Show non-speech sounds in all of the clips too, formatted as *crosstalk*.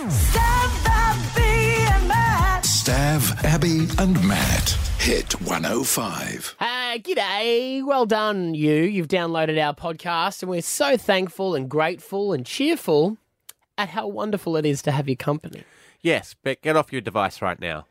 Stav, Abby, and Matt. Stav, Abby, and Matt. Hit 105. Uh, g'day. Well done, you. You've downloaded our podcast, and we're so thankful and grateful and cheerful at how wonderful it is to have your company. Yes, but get off your device right now.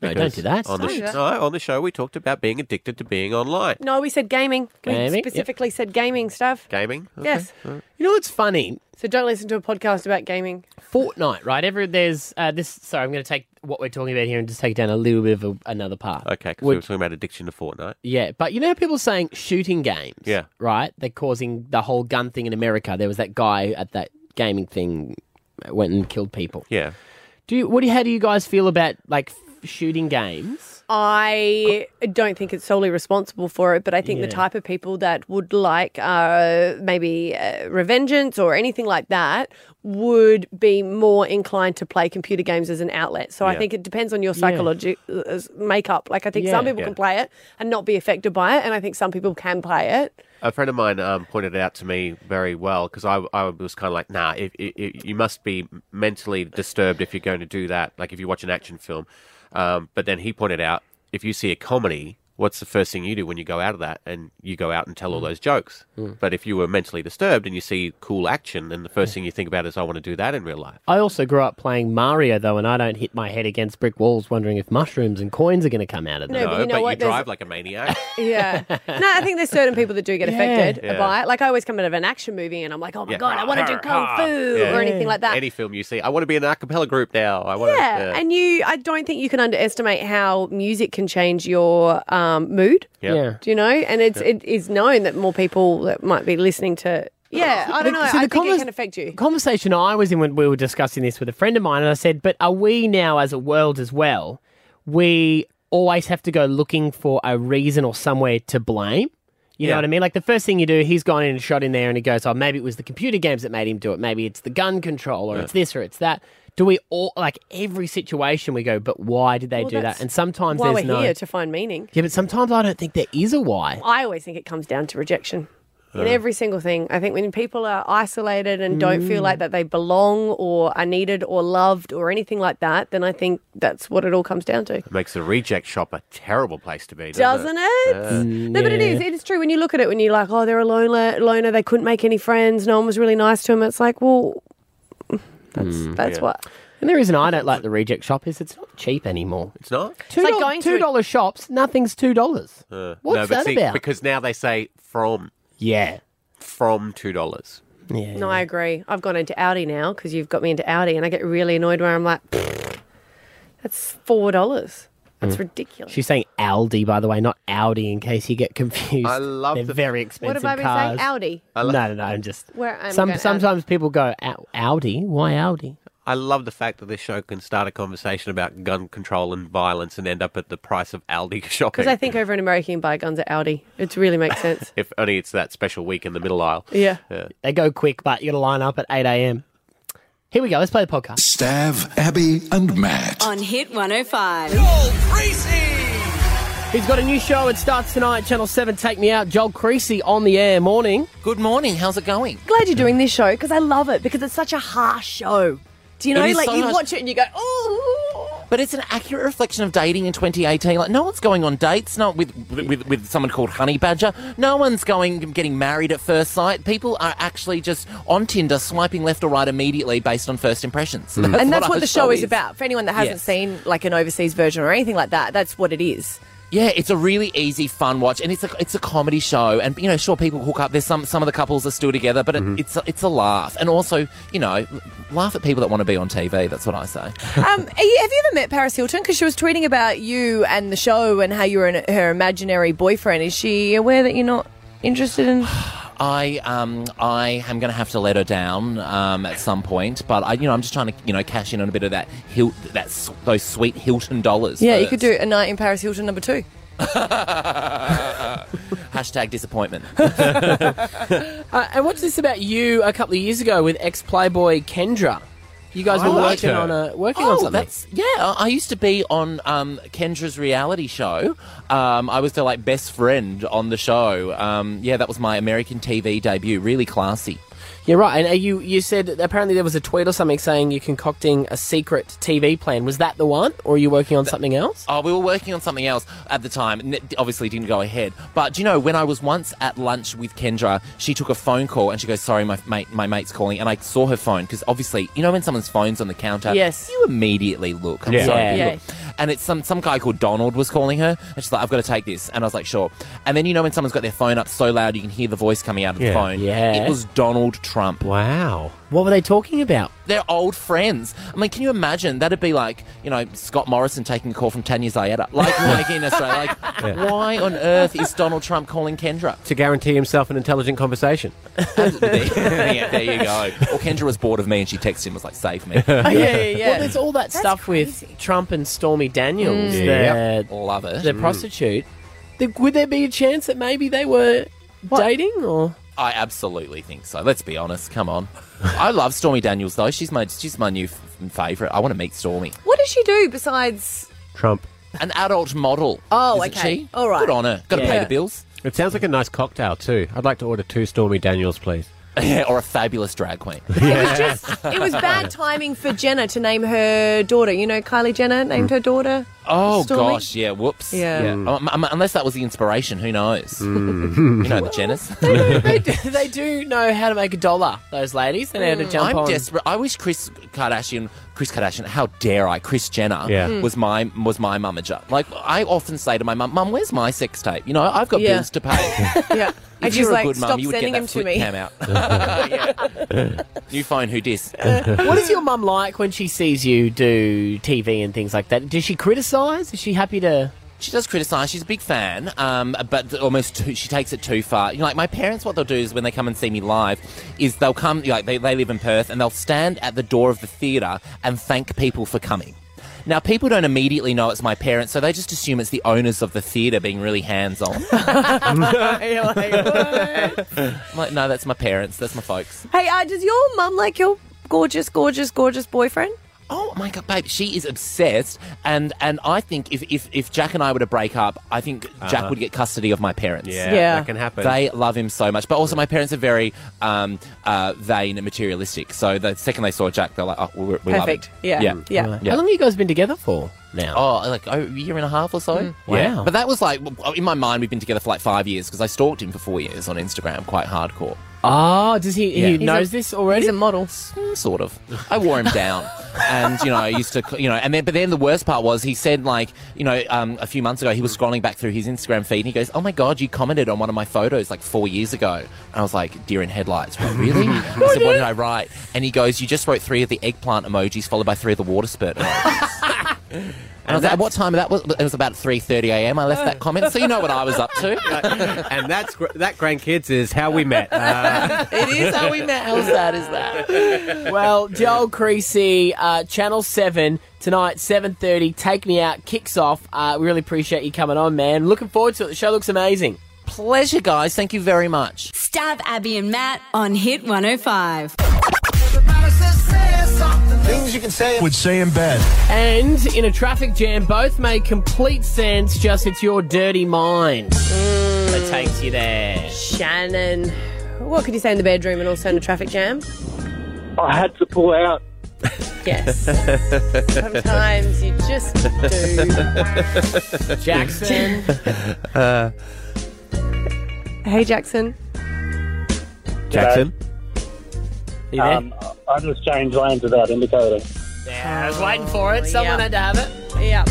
No, don't do that. On the Don't sh- do that. no, on the show we talked about being addicted to being online. No, we said gaming. Gaming, we yep. specifically said gaming stuff. Gaming? Okay. Yes. You know what's funny? So don't listen to a podcast about gaming. Fortnite, right? Every there's uh, this. Sorry, I'm going to take what we're talking about here and just take down a little bit of a, another part. Okay, because we were Would- talking about addiction to Fortnite. Yeah, but you know how people saying shooting games. Yeah. Right? They're causing the whole gun thing in America. There was that guy at that gaming thing that went and killed people. Yeah. Do you, what do you, how do you guys feel about like f- shooting games? I don't think it's solely responsible for it, but I think the Yeah. type of people that would like uh, maybe uh, revengeance or anything like that would be more inclined to play computer games as an outlet. So I Yeah. think it depends on your psychological makeup. Like I think some Yeah. people Yeah. can play it and not be affected by it, and I think some people can play it. A friend of mine um, pointed it out to me very well because I, I was kind of like, nah, if, i i you must be mentally disturbed if you're going to do that, like if you watch an action film. Um, but then he pointed out, if you see a comedy, what's the first thing you do when you go out of that? And you go out and tell Mm. all those jokes. But if you were mentally disturbed and you see cool action, then the Mm. first thing you think about is, I want to do that in real life. I also grew up playing Mario though, and I don't hit my head against brick walls wondering if mushrooms and coins are going to come out of them. No, but you know what? There's- drive like a maniac. Yeah. No, I think there's certain people that do get affected Yeah. by it. Like I always come out of an action movie and I'm like, *laughs* oh my Yeah. god, I want to do Har, kung har. fu Yeah. or anything like that. Any film you see, I want to be in an a cappella group now. I want yeah. to. and you, I don't think you can underestimate how music can change your um, mood. yeah. Yeah. Do you know? And it's it is known that more people that might be listening to. Yeah, I don't know. I think it convers- can affect you. Conversation I was in when we were discussing this with a friend of mine, and I said, "But are we now, as a world as well, we always have to go looking for a reason or somewhere to blame?" You Yeah. know what I mean? Like the first thing you do, he's gone in and shot in there, and he goes, "Oh, maybe it was the computer games that made him do it. Maybe it's the gun control, or it's this, or it's that." Do we all like every situation we go? But why did they Well, do that? that's And sometimes Why there's we're no. here to find meaning. yeah, but sometimes I don't think there is a why. I always think it comes down to rejection. Uh. In every single thing, I think when people are isolated and don't feel Mm. like that they belong or are needed or loved or anything like that, then I think that's what it all comes down to. It makes the reject shop a terrible place to be, doesn't, Doesn't it? No, but it is. It is true when you look at it. When you're like, oh, they're a loner, loner. They couldn't make any friends. No one was really nice to them. It's like, well, that's Hmm. that's yeah. what. And the reason I don't like the reject shop is it's not cheap anymore. It's not. Two like doll- going to two a- dollar shops, nothing's two dollars. What's Uh, no, but that see, about? Because now they say from yeah, from two dollars. yeah. No, I agree. I've gone into Audi now because you've got me into Audi, and I get really annoyed where I'm like, that's four dollars. That's Hmm. Mm. ridiculous. She's saying Aldi, by the way, not Audi, in case you get confused. I love They're the- very what expensive have I been cars. saying? Audi. no, no, no. I'm just. Where I'm some going, Audi. sometimes people go "Au- Audi. Why Audi? I love the fact that this show can start a conversation about gun control and violence and end up at the price of Aldi *laughs* shopping. Because I think over in America you can buy guns at Audi. It really *laughs* makes sense. if only it's that special week in the middle aisle. yeah. They go quick, but you got to line up at eight a.m. Here we go. Let's play the podcast. Stav, Abby, and Matt. On Hit 105. He's got a new show. It starts tonight, Channel Seven. Take me out, Joel Creasy on the air. Morning. Good morning. How's it going? Glad you're doing this show because I love it because it's such a harsh show. Do you know? is Like so you harsh. watch it and you go, oh. But it's an accurate reflection of dating in 2018. Like no one's going on dates. Not with with, with someone called Honey Badger. No one's going getting married at first sight. People are actually just on Tinder, swiping left or right immediately based on first impressions. Hmm. and that's our what, the show is about. For anyone that hasn't Yes. seen like an overseas version or anything like that, that's what it *laughs* is. Yeah, it's a really easy, fun watch, and it's a it's a comedy show. And you know, sure, people hook up. There's some some of the couples are still together, but it, Mm-hmm. it's a, it's a laugh, and also you know, laugh at people that want to be on TV. That's what I say. Um, are you- have you ever met Paris Hilton? Because she was tweeting about you and the show and how you were an, her imaginary boyfriend. Is she aware that you're not interested *sighs* in? I um I am going to have to let her down um, at some point, but I you know I'm just trying to you know cash in on a bit of that Hil- that s- those sweet Hilton dollars. Yeah, you first. could do a night in Paris Hilton number two. *laughs* hashtag disappointment. Uh, and what's this about you a couple of years ago with ex Playboy Kendra? You guys were like working her. on a working on oh, something. that's yeah. I I used to be on um, Kendra's reality show. Um, I was the like best friend on the show. Um, yeah, that was my American TV debut. Really classy. You're right. And uh, you you said apparently there was a tweet or something saying you're concocting a secret TV plan. Was that the one, or are you working on something else? Oh, we were working on something else at the time. and it Obviously, didn't go ahead. But do you know when I was once at lunch with Kendra, she took a phone call and she goes, "Sorry, my mate, my mate's calling." And I saw her phone because obviously, you know when someone's phone's on the counter, Yes. you immediately look. I'm Yeah. sorry, Yeah. you Yeah. look. And it's some some guy called Donald was calling her, and she's like, "I've got to take this." And I was like, "Sure." And then you know when someone's got their phone up so loud you can hear the voice coming out of the Yeah. phone. Yeah. it was Donald Trump. Wow. What were they talking about? They're old friends. I mean, can you imagine? That'd be like, you know, Scott Morrison taking a call from Tanya Zayeta. *laughs* Like, like in Australia. Like, why on earth is Donald Trump calling Kendra? To guarantee himself an intelligent conversation. *laughs* yeah, there you go. Or Kendra was bored of me and she texted him, was like, save *laughs* me. Oh, yeah, yeah, yeah. Mm. Well, there's all that That's stuff crazy. with Trump and Stormy Daniels, Mm. the, Yeah. Love the it. prostitute. Th- Would there be a chance that maybe they were dating, or I absolutely think so. Let's be honest. Come on. I love Stormy Daniels, though. She's my, she's my new f- favourite. I want to meet Stormy. What does she do besides? Trump. An adult model. Oh, isn't okay. She? All right. Good on her. Got to Yeah. pay the bills. It sounds like a nice cocktail too. I'd like to order two Stormy Daniels, please. *laughs* or a fabulous drag *laughs* queen. It was just it *laughs* was bad timing for Jenner to name her daughter. You know, Kylie Jenner Mm. named her daughter. Oh Stormy? gosh, yeah. Whoops. Yeah. Yeah. Um, um, unless that was the inspiration, who knows? *laughs* you know the Jenners. they, do, they do know how to make a dollar? Those ladies, they know *laughs* how to jump Mm, I'm on. desperate. I wish Chris Kardashian, Chris Kardashian, how dare I, Chris Jenner Yeah. Mm. was my was my mummager. Like I often say to my mum, "Mum, where's my sex tape? You know, I've got Yeah. bills to pay." Yeah. If And you she's were a like, good stop mum, you would sending get him that to flip me. cam out. *laughs* Yeah. New phone, who dis? *laughs* What is your mum like when she sees you do TV and things like that? Does she criticise? Is she happy to? She does criticise. She's a big fan, um, but almost too, she takes it too far. You know, like my parents, what they'll do is when they come and see me live, is they'll come. Like they, they live in Perth, and they'll stand at the door of the theatre and thank people for coming. Now, people don't immediately know it's my parents, so they just assume it's the owners of the theatre being really hands *laughs* on. like, no, that's my parents. That's my folks. Hey, uh, does your mum like your gorgeous, gorgeous, gorgeous boyfriend? Oh my god, babe, she is obsessed, and and I think if if, if Jack and I were to break up, I think Jack would get custody of my parents. Yeah. that can happen. They love him so much. But also, my parents are very um, uh, vain and materialistic. So the second they saw Jack, they're like, oh, we, we love it. Mm. Perfect. Yeah. Yeah. Yeah. How long have you guys been together for now? Oh, like oh, a year and a half or so. Mm. Yeah. Wow. But that was like, in my mind, we've been together for like five years because I stalked him for four years on Instagram quite hardcore. Oh, does he? Yeah. He He's knows this already. He's a model. Mm, Sort of. I wore him down. And you know, I used to, you know, and then but then the worst part was he said like, you know, um, a few months ago he was scrolling back through his Instagram feed and he goes, "Oh my god, you commented on one of my photos like four years ago." And I was like, "Deer in headlights." *laughs* Went, really? I said, "What did I write?" And he goes, "You just wrote three of the eggplant emojis followed by three of the water *laughs* spurt." emojis." And I was like, "At what time that was? It was about three thirty a.m. I left uh, that comment, so you know what I was up to. *laughs* and that's gr- that grandkids is how we met. Uh, *laughs* *laughs* it is how we met. How sad is that? Well, Joel Creasy, uh, Channel 7 tonight, 7.30, Take Me Out, kicks off. Uh, we really appreciate you coming on, man. Looking forward to it. The show looks amazing. Pleasure, guys. Thank you very much." Stab Abby and Matt on Hit 105. Things you can say would say in bed. And in a traffic jam, both made complete sense, just it's your dirty mind Mm. that takes you there. Shannon. What could you say in the bedroom and also in a traffic jam? I had to pull out. *laughs* Yes. Sometimes you just do. Jackson, Uh, Hey, Jackson. Jackson. are you there? Um, I just changed lanes without indicator. yeah, I was waiting for it. Someone Oh, yeah. had to have it. Yeah.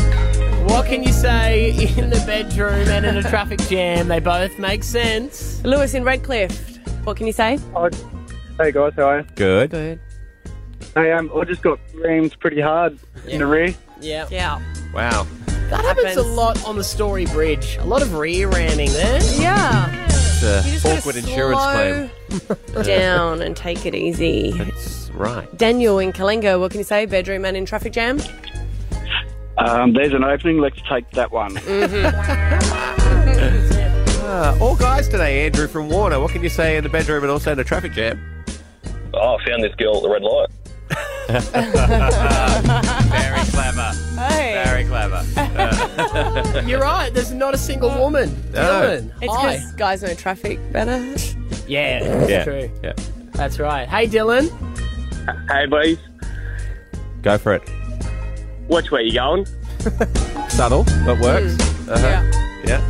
What can you say in the bedroom and in a traffic jam? They both make sense. Lewis in Redcliffe. What can you say? I, hey guys, how are you? Good. Good. Hey, um, I just got reamed pretty hard in the rear. Yeah. Yeah. Wow. That happens a Happens. lot on the Story Bridge. A lot of rear-ramming there. Yeah. It's a You just gotta awkward insurance slow claim. *laughs* Down and take it easy. That's right. Daniel in Kalenga. What can you say? Bedroom and in traffic jam? Um, there's an opening. Let's take *laughs* that one. Mm-hmm. Uh, all guys today, Andrew from Warner. What can you say in the bedroom and also in a traffic jam? Oh, I found this girl at the red light. *laughs* Very clever. Hey. Very clever. *laughs* You're right. There's not a single woman. No. Dylan, It's hi. because guys know traffic better. Yeah, that's yeah. true. Yeah. That's right. Hey, Dylan. Hey, boys. Go for it. Which way you *laughs* going? Subtle, but works. Uh-huh. Yeah.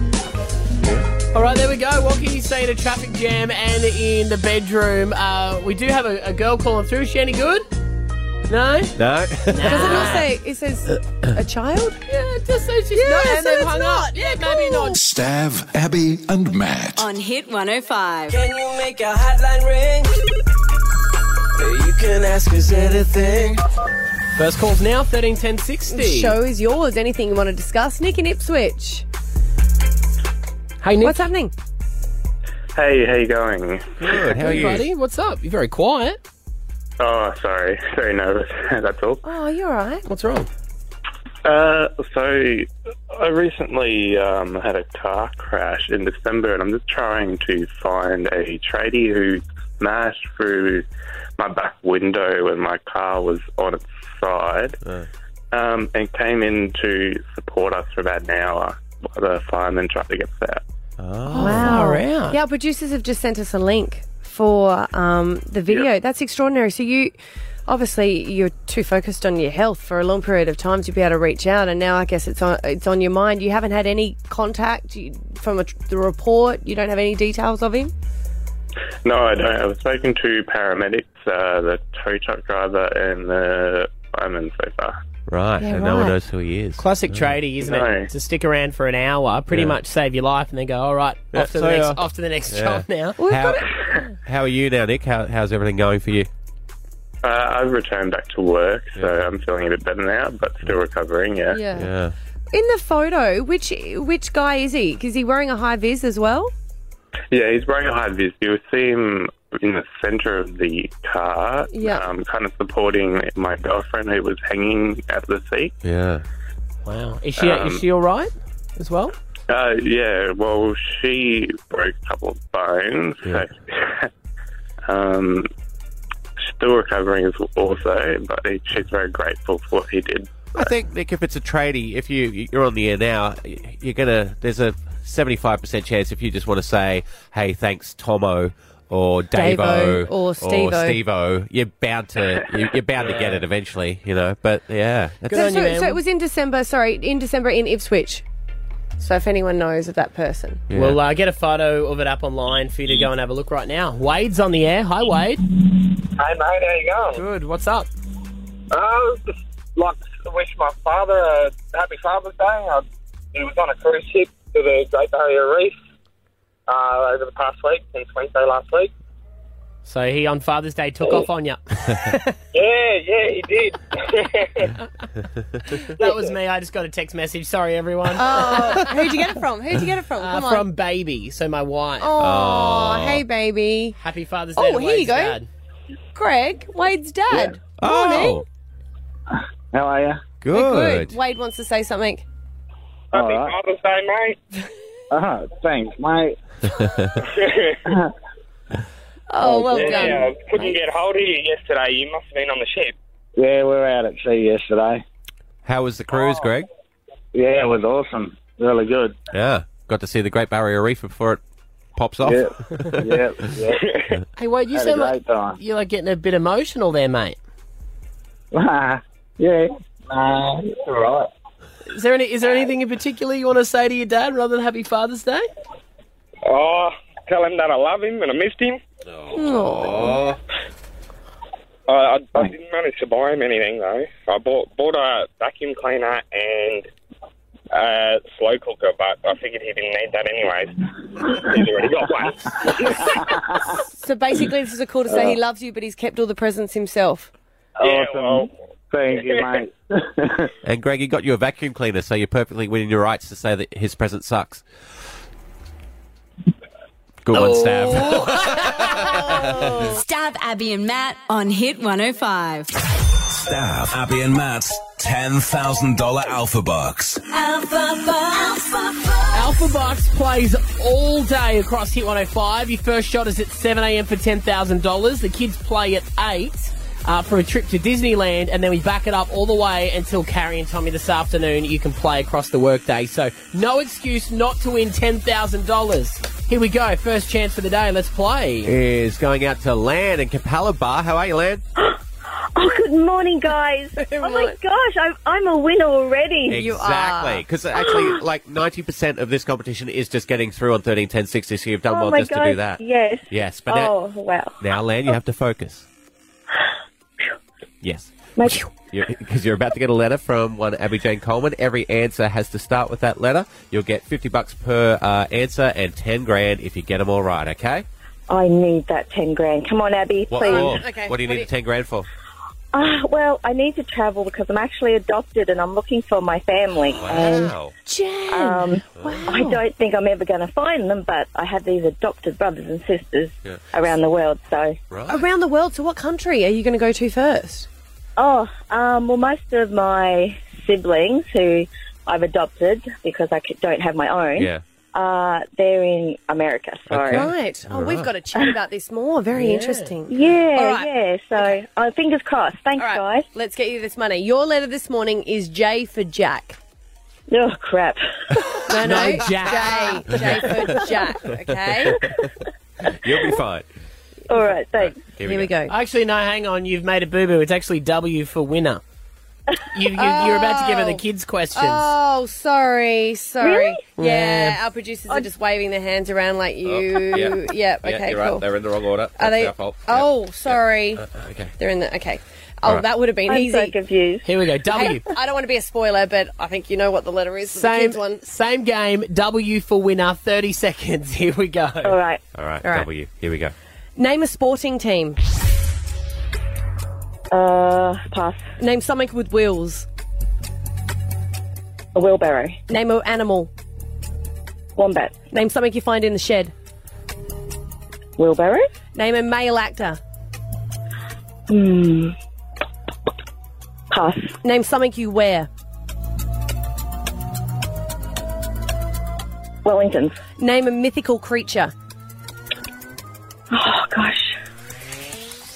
All right, there we go. What can you say in a traffic jam and in the bedroom? Uh, we do have a, a girl calling through. Is she any good? No? No. Does it not say it says a child? Yeah, it just says she's yeah, not, and so they've it's hung not. up. Yeah, maybe not. Stav, Abby, and Matt. On Hit 105. Can you make a hotline ring? *laughs* You can ask us anything. First call's now, 13 10 60. The show is yours. Anything you want to discuss? Nick in Ipswich. Hey, Nick. What's happening? Hey, how you going? Good. Hey, buddy. What's up? You're very quiet. Oh, sorry. Very nervous. *laughs* That's all. Oh, you're all right. What's wrong? Uh, so I recently um, had a car crash in December, and I'm just trying to find a tradie who smashed through my back window when my car was on its side, um, and came in to support us for about an hour. while The firemen tried to get us out. Oh, Yeah, our producers have just sent us a link for um, the video. That's extraordinary. So you obviously you're too focused on your health for a long period of time to be able to reach out, and now I guess it's on it's on your mind. You haven't had any contact you, from a, tr- the report. You don't have any details of him. No, I don't. I've spoken to paramedics, uh, the tow truck driver, and the fireman so far. Right, Yeah, and no one right. knows who he is. Classic tradie, isn't No. it? To stick around for an hour, Mm. pretty Yeah. much save your life, and then go, all right, Yeah, off, to the so, next, uh, off to the next yeah. job now. How, *laughs* how are you now, Nick? How, how's everything going for you? Uh, I've returned back to work, so I'm feeling a bit better now, but still recovering. Yeah. Yeah. In the photo, which which guy is he? Is he wearing a high vis as well? Yeah, he's wearing a high vis. You'll see him in the center of the car, Yeah. um, kind of supporting my girlfriend who was hanging at the seat. Yeah. Wow. Is she, Um, is she all right as well? Uh, yeah, well, she broke a couple of bones. *laughs* So, um, still recovering as also, but he- she's very grateful for what he did. I think Nick, if it's a tradie, if you you're on the air now, you're gonna there's a 75 percent chance if you just want to say, "Hey, thanks, Tomo." Or Davo Davo, or Stevo. Stevo, you're bound to you- you're bound to get it eventually, you know. But yeah, it's- so, so, so it was in December. Sorry, in December in Ipswich. So if anyone knows of that person, We'll uh, get a photo of it up online for you to go and have a look right now. Wade's on the air. Hi, Wade. Hey mate, how you going? Good. What's up? Uh, just like to wish my father a happy Father's Day. I, he was on a cruise ship to the Great Barrier Reef uh, over the past week, since Wednesday last week. So he on Father's Day took off *laughs* on you. Yeah, yeah, he did. *laughs* That was me. I just got a text message. Sorry, everyone. Oh, who'd you get it from? Who'd you get it from? Uh, Come on. From baby. So my wife. Oh, hey, baby. Happy Father's Day. Oh, to here you Wade's go. Dad. Greg, Wade's dad. Oh, Morning. How are you? We're good. Wade wants to say something. Happy Father's Day, mate. Uh-huh. Thanks, mate. Uh-huh. *laughs* oh, *laughs* Oh, well yeah, done. I couldn't get hold of you yesterday. You must have been on the ship. Yeah, we were out at sea yesterday. How was the cruise, Greg? Yeah, it was awesome. Really good. Yeah, got to see the Great Barrier Reef before it pops off. Yeah, yeah, yeah. Hey, Wade, you Had a sound like great time. you're like getting a bit emotional there, mate. *laughs* yeah, nah, it's all right. Is there any? Is there anything in particular you want to say to your dad rather than Happy Father's Day? Oh, tell him that I love him and I missed him. Oh. I, I, Oh. I didn't manage to buy him anything though. I bought bought a vacuum cleaner and a slow cooker, but I figured he didn't need that anyways. *laughs* He's already got one. So basically, this is a call to say he loves you, but he's kept all the presents himself. awesome. Thank *laughs* you, mate. *laughs* and Greg, he got you a vacuum cleaner, so you're perfectly within your rights to say that his present sucks. Good one, Stav. Oh. Oh. Stab Abby and Matt on Hit 105. Stav, Abby and Matt's $10,000 Alpha Bucks. Alpha Alpha Bucks plays all day across Hit 105. Your first shot is at 7 a.m. for $10,000. The kids play at 8 uh, for a trip to Disneyland, and then we back it up all the way until Carrie and Tommy this afternoon. You can play across the workday. So, no excuse not to win $10,000. Here we go. First chance for the day. Let's play. *laughs* Is going out to Lan in Capella Bar. How are you, Lan? Oh, good morning, *laughs* guys. oh my gosh, I'm, I'm a winner already. Exactly, because *gasps* actually, like ninety percent of this competition is just getting through on thirteen ten sixty. So you've done oh well my just gosh, to do that. Yes. Yes, but oh wow. now, now, Lan, you have to *gasps* focus. Yes, My- because you're about to get a letter from one Abby Jane Coleman. Every answer has to start with that letter. You'll get fifty bucks per uh, answer and ten grand if you get them all right. Okay. I need that ten grand. Come on, Abby, What please. for? what do you need the ten grand for? Ah, well, I need to travel because I'm actually adopted and I'm looking for my family. Wow. And, um, I don't think I'm ever going to find them, but I have these adopted brothers and sisters Yeah. around the world. So, Around the world, to what country are you going to go to first? oh, um, well, most of my siblings who I've adopted because I c- don't have my own, Yeah. uh, they're in America. So, Right. Oh, we've got to chat about this more. Very Yeah. interesting. Yeah, All right. yeah. So, uh, fingers crossed. Thanks, guys. Let's get you this money. Your letter this morning is J for Jack. Oh, crap. No, no, No, Jack. Jack. J, J *laughs* for Jack, okay? You'll be fine. All right, thanks. Here we, go. Actually, no, hang on. You've made a boo boo. It's actually W for winner. You, you, You're about to give her the kids' questions. Oh, sorry, sorry. Really? Yeah, Yeah. our producers are just waving their hands around like you. Yep, okay, Oh. you're right. cool. They're in the wrong order. Are That's they? our fault. Oh, *laughs* sorry. Uh, okay. They're in the. Okay. Oh, All right. that would have been I'm easy. so confused. Here we go. Hey, W. I don't want to be a spoiler, but I think you know what the letter is. for the Same, kids one. same game. W for winner. Thirty seconds. *laughs* Here we go. All right. All right. All right. W. Here we go. Name a sporting team. Uh, pass. Name something with wheels. A wheelbarrow. Name an animal. Wombat. Name something you find in the shed. Wheelbarrow? Name a male actor. Hmm. Pass. Name something you wear. Wellingtons. Name a mythical creature. Oh, gosh.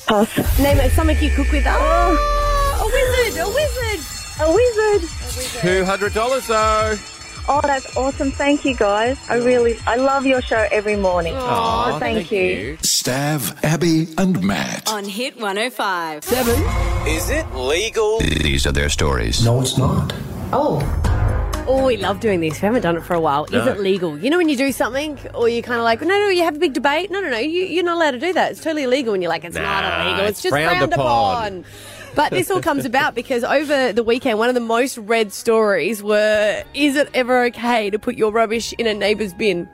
Pass. Name it something you cook with. Oh, a wizard, a wizard. A wizard. Two hundred dollars though. Oh, that's awesome. Thank you, guys. I really, I love your show every morning. Aw, Oh, thank, thank you. Stav, Abby, and Matt. On Hit 105. Is it legal? These are their stories. No, it's not. Oh. Oh, we love doing this. We haven't done it for a while. Is No. it legal? You know when you do something, or you're kind of like, no, no, you have a big debate. No, no, no, you, you're not allowed to do that. It's totally illegal. And you're like, it's not Nah, illegal. It's, it's just frowned, frowned upon. upon. But this *laughs* all comes about because over the weekend, one of the most read stories were, is it ever okay to put your rubbish in a neighbour's bin?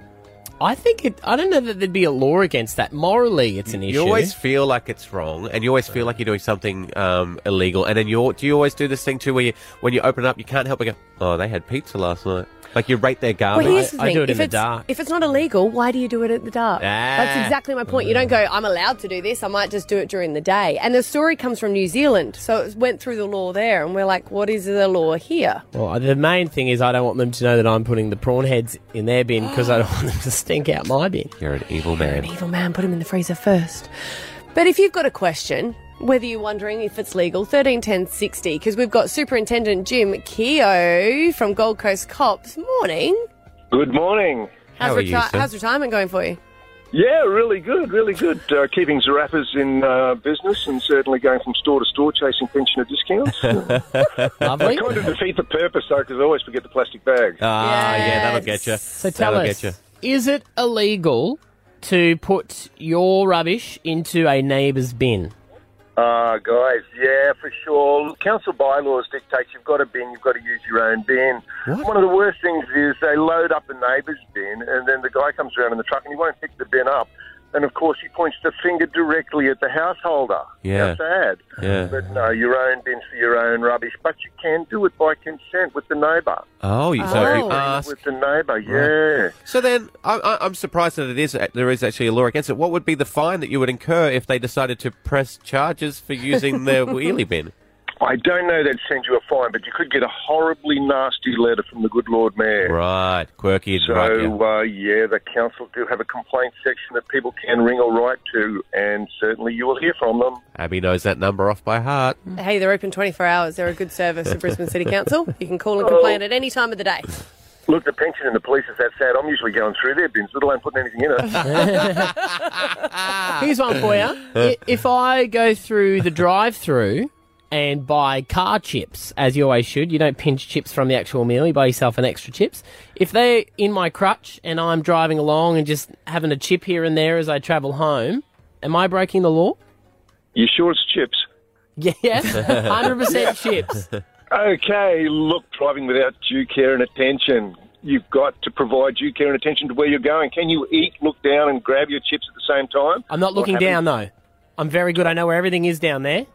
I think it. I don't know that there'd be a law against that. Morally, it's an issue. You always feel like it's wrong, and you always feel like you're doing something um, illegal. And then you do you always do this thing too, where you, when you open up, you can't help but go, "Oh, they had pizza last night." Like you rate their garbage. well, here's the thing. if it's, If it's not illegal, why do you do it at the dark? That's Ah. exactly my point. You don't go, I'm allowed to do this. I might just do it during the day. And the story comes from New Zealand. So it went through the law there. And we're like, what is the law here? Well, the main thing is I don't want them to know that I'm putting the prawn heads in their bin because I don't want them to stink out my bin. You're an evil man. Evil man, put him in the freezer first. But if you've got a question, whether you're wondering if it's legal, 131060, because we've got Superintendent Jim Keogh from Gold Coast Cops. Morning. Good morning. How's, reti- how's retirement going for you? yeah, really good, really good. Uh, keeping Zarafas in uh, business and certainly going from store to store chasing *laughs* pensioner discounts. I kind of defeat the purpose though because I always forget the plastic bag. Ah, yeah, that'll get you. So tell that'll us, Get you. is it illegal to put your rubbish into a neighbour's bin? Ah, guys, yeah, for sure. Council bylaws dictates you've got a bin, you've got to use your own bin. One of the worst things is they load up a neighbour's bin, and then the guy comes around in the truck and he won't pick the bin up. And of course, he points the finger directly at the householder. Yeah. How sad. Yeah. But no, your own bin's for your own rubbish. But you can do it by consent with the neighbour. Oh, you so if you Agreement ask. with the neighbour, yeah. So then, I, I, I'm surprised that it is uh, there is actually a law against it. What would be the fine that you would incur if they decided to press charges for using *laughs* their wheelie bin? I don't know they'd send you a fine, but you could get a horribly nasty letter from the good Lord Mayor. Right, quirky. and So, right, yeah. uh, yeah, the council do have a complaint section that people can ring or write to, and certainly you will hear from them. Abby knows that number off by heart. Mm-hmm. Oh. Hey, they're open 24 hours. They're a good service to Brisbane City Council. You can call and complain at any time of the day. Look, the pension and the police is that sad. I'm usually going through their bins, let alone putting anything in it. *laughs* Here's one for you. I- If I go through the drive-through and buy car chips, as you always should, you don't pinch chips from the actual meal. You buy yourself an extra chips. If they're in my crutch and I'm driving along and just having a chip here and there as I travel home, am I breaking the law? *laughs* You sure it's chips? *laughs* Yes, hundred percent chips. Okay, look, driving without due care and attention. You've got to provide due care and attention to where you're going. Can you eat, look down, and grab your chips at the same time? I'm not looking down though. I'm very good. I know where everything is down there.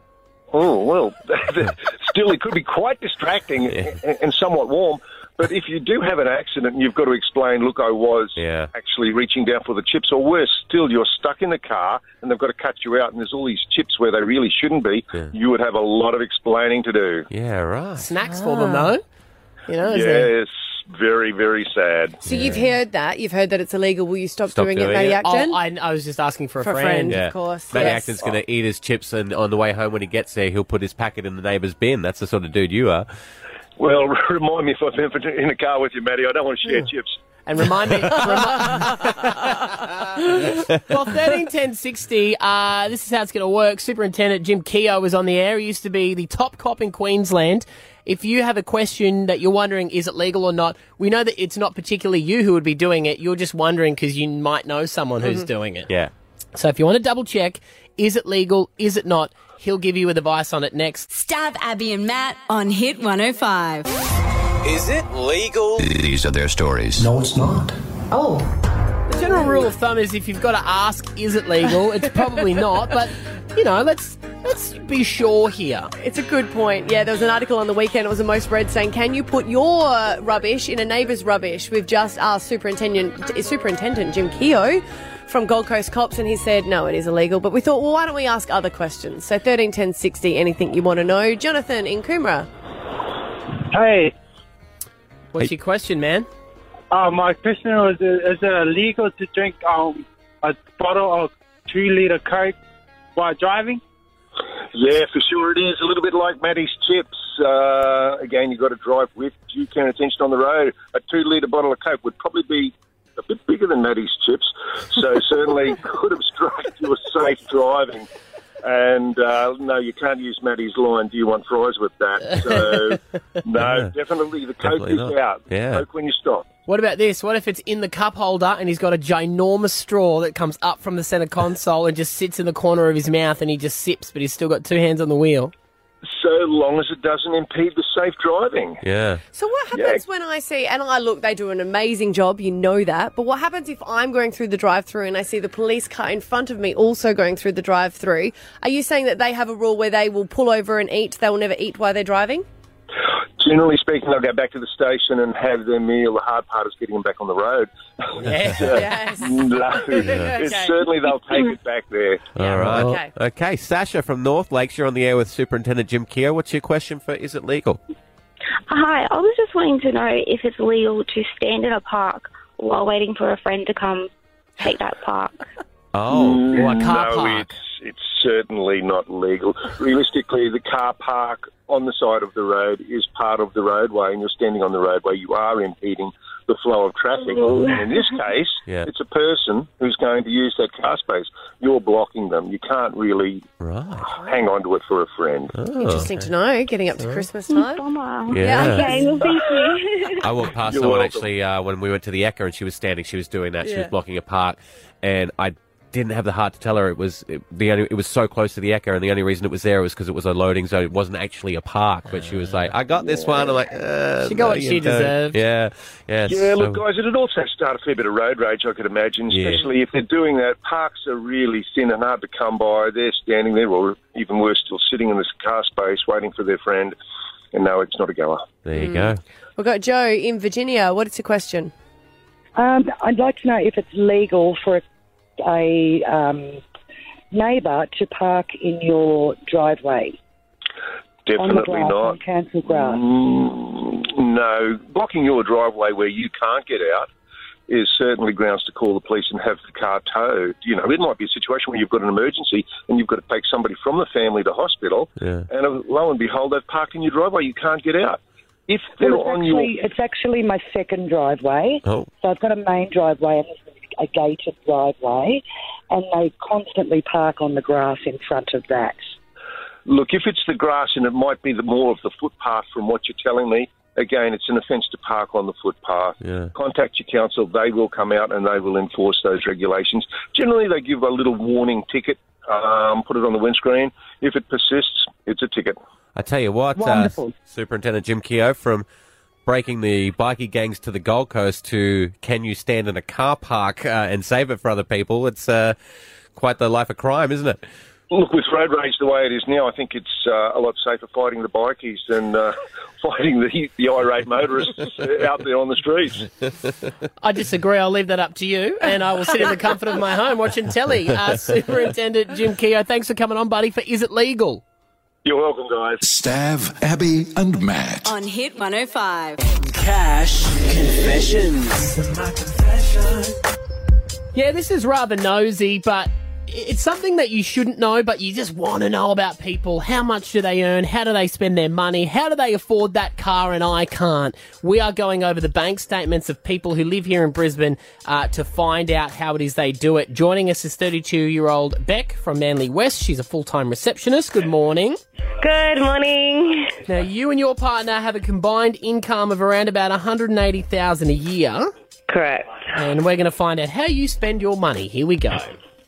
Oh, well, *laughs* still, it could be quite distracting and, and somewhat warm. But if you do have an accident and you've got to explain, look, I was actually reaching down for the chips, or worse still, you're stuck in the car and they've got to cut you out, and there's all these chips where they really shouldn't be, you would have a lot of explaining to do. Yeah, right. Snacks for them though. You know, is there- Yes, very, very sad. So you've heard that. You've heard that it's illegal. Will you stop, Stop doing, doing it, Matty it. Acton? Oh, I, I was just asking for a For a friend. friend. of course, Matty yes. Acton's going to eat his chips, and on the way home when he gets there, he'll put his packet in the neighbour's bin. That's the sort of dude you are. Well, *laughs* remind me if I'm ever in a car with you, Matty. I don't want to share chips. And remind *laughs* me. remi- well, 13, 10, 60, uh, this is how it's going to work. Superintendent Jim Keogh was on the air. He used to be the top cop in Queensland. If you have a question that you're wondering, is it legal or not? We know that it's not particularly you who would be doing it. You're just wondering because you might know someone who's Mm-hmm. Mm-hmm. Mhm. doing it. Yeah. So if you want to double check, is it legal? Is it not? He'll give you advice on it next. Stab Abby and Matt on Hit 105. Is it legal? These are their stories. No, it's not. Oh. The general rule of thumb is if you've got to ask, is it legal? It's probably not, but you know, let's let's be sure here. It's a good point. Yeah, there was an article on the weekend. It was the most read saying, "Can you put your rubbish in a neighbour's rubbish?" We've just asked superintendent Superintendent Jim Keogh from Gold Coast Cops, and he said, "No, it is illegal." But we thought, well, why don't we ask other questions? So thirteen ten sixty, anything you want to know, Jonathan in Coomera. Hey. What's your question, man? Uh, my question was: uh, Is it illegal to drink um, a bottle of two liter Coke while driving? Yeah, for sure it is. A little bit like Matty's chips. Uh, again, you've got to drive with due care and attention on the road. A two litre bottle of Coke would probably be a bit bigger than Matty's chips, *laughs* so certainly could obstruct your safe driving. And uh, no, you can't use Matty's line. Do you want fries with that? *laughs* So no, Yeah. definitely the Coke Definitely is not. out. Yeah. Coke when you stop. What about this? What if it's in the cup holder and he's got a ginormous straw that comes up from the center console and just sits in the corner of his mouth and he just sips, but he's still got two hands on the wheel? So long as it doesn't impede the safe driving. Yeah. So what happens when I see and I look? They do an amazing job, you know that. But what happens if I'm going through the drive-through and I see the police car in front of me also going through the drive-through? Are you saying that they have a rule where they will pull over and eat? They will never eat while they're driving. Generally speaking, they'll go back to the station and have their meal. The hard part is getting them back on the road. *laughs* Yes. So, Yes. No, Yeah. *laughs* it's Okay. certainly they'll take it back there. All right. Okay. Okay. Sasha from North Lakes, you're on the air with Superintendent Jim Keogh. What's your question for Is It Legal? Hi, I was just wanting to know if it's legal to stand in a park while waiting for a friend to come take that park. Oh, Mm, or a car no, park. It's, it's certainly not legal. Realistically, the car park on the side of the road is part of the roadway, and you're standing on the roadway. You are impeding the flow of traffic. Oh. And in this case, it's a person who's going to use that car space. You're blocking them. You can't really hang on to it for a friend. Interesting to know. Getting up to Christmas time. Oh, Yeah. Okay, well, thank you. I walked past *laughs* You're someone welcome. actually uh, when we went to the Ecker and she was standing. She was doing that. She Yeah. was blocking a park, and I didn't have the heart to tell her it was it, the only. It was so close to the Ecker, and the only reason it was there was because it was a loading zone. It wasn't actually a park, but she was like, "I got this one." I'm like, uh, She got no, what you she don't." deserved. Yeah, yeah. Yeah, so- look, guys, it'd also start a fair bit of road rage, I could imagine, Yeah. especially if they're doing that. Parks are really thin and hard to come by. They're standing there, or even worse, still sitting in this car space waiting for their friend. And no, it's not a goer. There you go. We've got Joe in Virginia. What is your question? Um, I'd like to know if it's legal for a, a um, neighbour to park in your driveway. on the Definitely grass, not. On council grass. Mm, no, blocking your driveway where you can't get out is certainly grounds to call the police and have the car towed. You know, it might be a situation where you've got an emergency and you've got to take somebody from the family to hospital, Yeah. and uh, lo and behold, they've parked in your driveway. You can't get out. If they're Well, it's, on your actually, it's actually my second driveway. Oh. So I've got a main driveway and this is a gated driveway, and they constantly park on the grass in front of that. Look, if it's the grass and it might be the more of the footpath from what you're telling me, again, it's an offence to park on the footpath. Contact your council. They will come out and they will enforce those regulations. Generally, they give a little warning ticket, um, put it on the windscreen. If it persists, it's a ticket. I tell you what, uh, Wonderful. Superintendent Jim Keogh, from breaking the bikie gangs to the Gold Coast to can you stand in a car park uh, and save it for other people? It's uh, quite the life of crime, isn't it? Look, with road rage the way it is now, I think it's uh, a lot safer fighting the bikies than uh, *laughs* fighting the, the irate motorists uh, out there on the streets. I disagree. I'll leave that up to you, and I will sit in the comfort of my home watching telly. Uh, *laughs* Superintendent Jim Keogh, thanks for coming on, buddy. For is it legal? You're welcome, guys. Stav, Abby, and Matt. On Hit 105. Cash confessions. Yeah, this is rather nosy, but it's something that you shouldn't know, but you just want to know about people. How much do they earn? How do they spend their money? How do they afford that car? And I can't. We are going over the bank statements of people who live here in Brisbane uh, to find out how it is they do it. Joining us is 32 year old Beck from Manly West. She's a full time receptionist. Good morning. Good morning. Now, you and your partner have a combined income of around about 180000 a year. Correct. And we're going to find out how you spend your money. Here we go.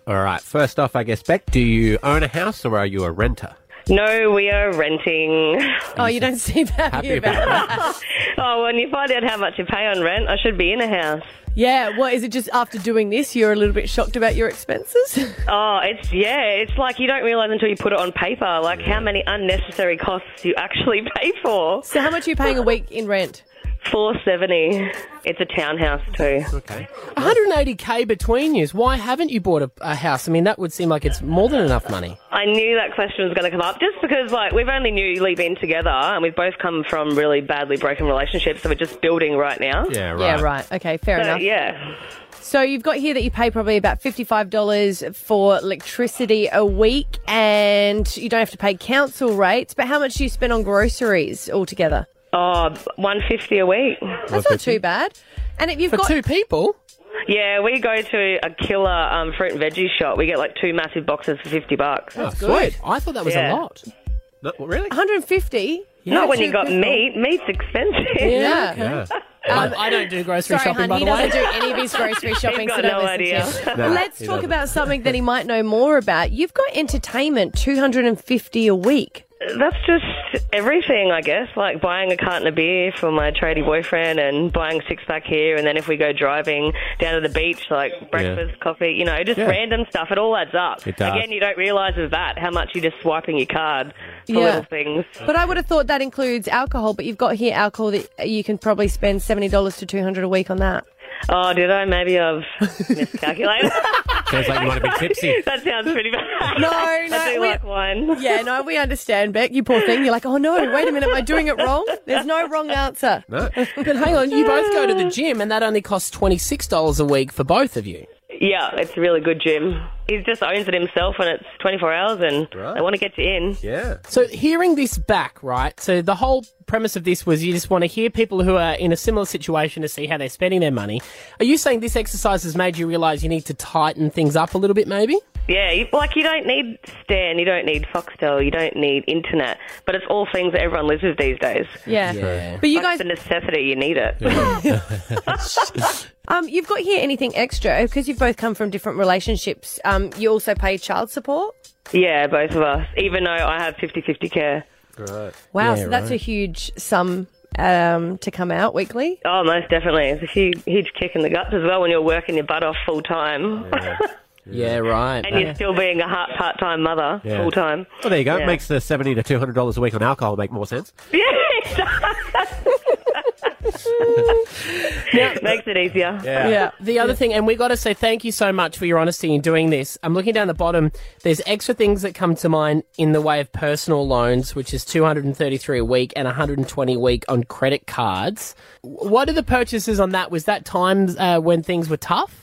All right. First off, I guess, Beck, do you own a house or are you a renter? No, we are renting. *laughs* Oh, you don't *laughs* seem happy, Happy about that. oh, when you find out how much you pay on rent, I should be in a house. *laughs* yeah, well, is it just after doing this you're a little bit shocked about your expenses? Oh, it's yeah, it's like you don't realize until you put it on paper, like how many unnecessary costs you actually *laughs* pay for. So, how much are you paying a week in rent? Four seventy. It's a townhouse too. Okay. 180k between yous. Why haven't you bought a, a house? I mean, that would seem like it's more than enough *laughs* money. I knew that question was going to come up just because, like, we've only newly been together and we've both come from really badly broken relationships, so we're just building right now. Yeah, Yeah, right. Okay, fair So, enough. Yeah. So you've got here that you pay probably about fifty-five dollars for electricity a week, and you don't have to pay council rates. But how much do you spend on groceries altogether? Oh, 150 a week. That's not too bad. And if you've got two people, Yeah, we go to a killer um, fruit and veggie shop. We get like two massive boxes for 50 bucks. That's good. Oh, I thought that was Yeah. a lot. really? one hundred and fifty. Not when you got meat. Meat's expensive. Yeah. I, I don't do grocery Sorry, shopping, hon, by he the way. doesn't do any of his *laughs* grocery shopping. got so don't no listen to idea. him. No, Let's he talk doesn't. about something that he might know more about. You've got entertainment, two hundred and fifty a week. That's just everything, I guess. Like buying a carton of beer for my tradie boyfriend and buying six pack here. And then if we go driving down to the beach, like breakfast, coffee, you know, just Yeah. random stuff. It all adds up. It does. Again, you don't realise is that how much you're just swiping your card for Yeah. little things. But I would have thought that includes alcohol. But you've got here alcohol that you can probably spend seventy dollars to two hundred a week on that. Oh, did I? Maybe I've miscalculated. Sounds like you might have been *laughs* tipsy. that sounds pretty bad. *laughs* No, *laughs* I no, do we- like wine. *laughs* Yeah, no, we understand, Beck. You poor thing. You're like, oh no, wait a minute, am I doing it wrong? There's no wrong answer. No. *laughs* But hang on, you both go to the gym, and that only costs twenty six dollars a week for both of you. Yeah, it's a really good gym. He just owns it himself, and it's 24 hours, and they want to get you in. Yeah. So hearing this back, right? So the whole premise of this was you just want to hear people who are in a similar situation to see how they're spending their money. Are you saying this exercise has made you realise you need to tighten things up a little bit, maybe? Yeah, you, like you don't need Stan, you don't need Foxtel, you don't need internet, but it's all things that everyone lives with these days. Yeah. But you guys, It's a necessity, you need it. um, you've got here anything extra because you've both come from different relationships. Um, you also pay child support. *laughs* yeah, both of us, even though I have 50 50 care. Right. Wow, so that's a huge sum um, to come out weekly. Oh, most definitely. It's a huge, huge kick in the guts as well when you're working your butt off full time. Yeah, right. *laughs* and you're still being a part time mother Yeah. full time. Well, there you go. Yeah. It makes the seventy to two hundred dollars a week on alcohol make more sense. *laughs* Makes it easier. The other thing, and we got to say thank you so much for your honesty in doing this. I'm looking down the bottom. There's extra things that come to mind in the way of personal loans, which is 233 a week and 120 a week on credit cards. W- What are the purchases on that? Was that times uh, when things were tough?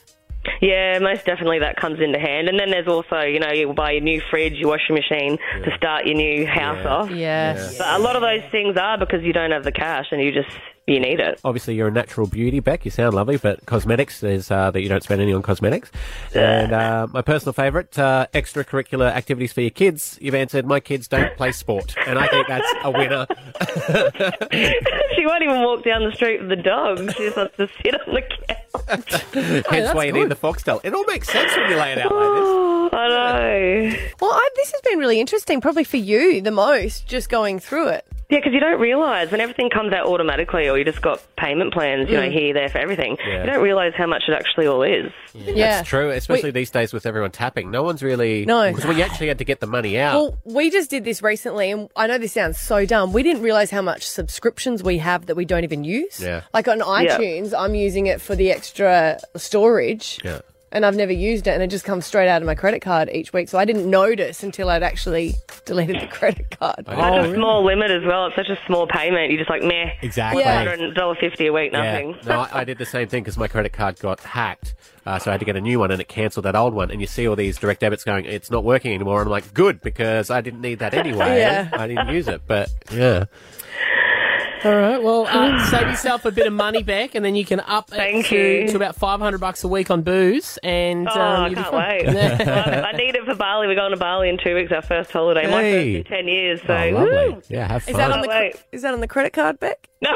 Yeah, most definitely that comes into hand. And then there's also, you know, you buy your new fridge, your washing machine to start your new house off. Yes. But a lot of those things are because you don't have the cash and you just you need it. *laughs* Obviously, you're a natural beauty, Beck. You sound lovely, but cosmetics is uh, that you don't spend any on cosmetics. And uh, my personal favourite, uh, extracurricular activities for your kids. You've answered my kids don't play sport, and I think that's a *laughs* winner. Oh, she won't even walk down the street with the dog. She just wants to sit on the couch. Hence why you need the foxtel. It all makes sense when you lay it out *laughs* like this. *gasps* I know. Well, I, this has been really interesting, probably for you the most, just going through it. Yeah, because you don't realise when everything comes out automatically, or you just got payment plans, you know, Mm. here, there for everything. Yeah. You don't realise how much it actually all is. That's true, especially these days with everyone tapping. No one's really No. because when you actually had to get the money out. Well, we just did this recently, and I know this sounds so dumb. We didn't realize how much subscriptions we have that we don't even use. yeah, Like on Yeah. iTunes, I'm using it for the extra storage, yeah. and I've never used it, and it just comes straight out of my credit card each week. So I didn't notice until I'd actually deleted the credit card. Such Oh, a small limit as well. It's such a small payment. You're just like, meh. Exactly. $150 a week, nothing. Yeah. No, I, I did the same thing because my credit card got hacked. Uh, so I had to get a new one and it cancelled that old one. And you see all these direct debits going, it's not working anymore. And I'm like, good, because I didn't need that anyway. Yeah. I didn't use it. But yeah. All right. Well, *laughs* uh, save yourself a bit of money back, and then you can up it to, you. to about five hundred bucks a week on booze. And Oh, um, I you'll be can't fine. *laughs* *laughs* wait. I I need it for Bali. We're going to Bali in two weeks, our first holiday. My first Hey. in 10 years. So, Oh, woo. lovely. Yeah, *laughs* have fun. Is that on the *laughs* cre- is that on the credit card, Beck? No,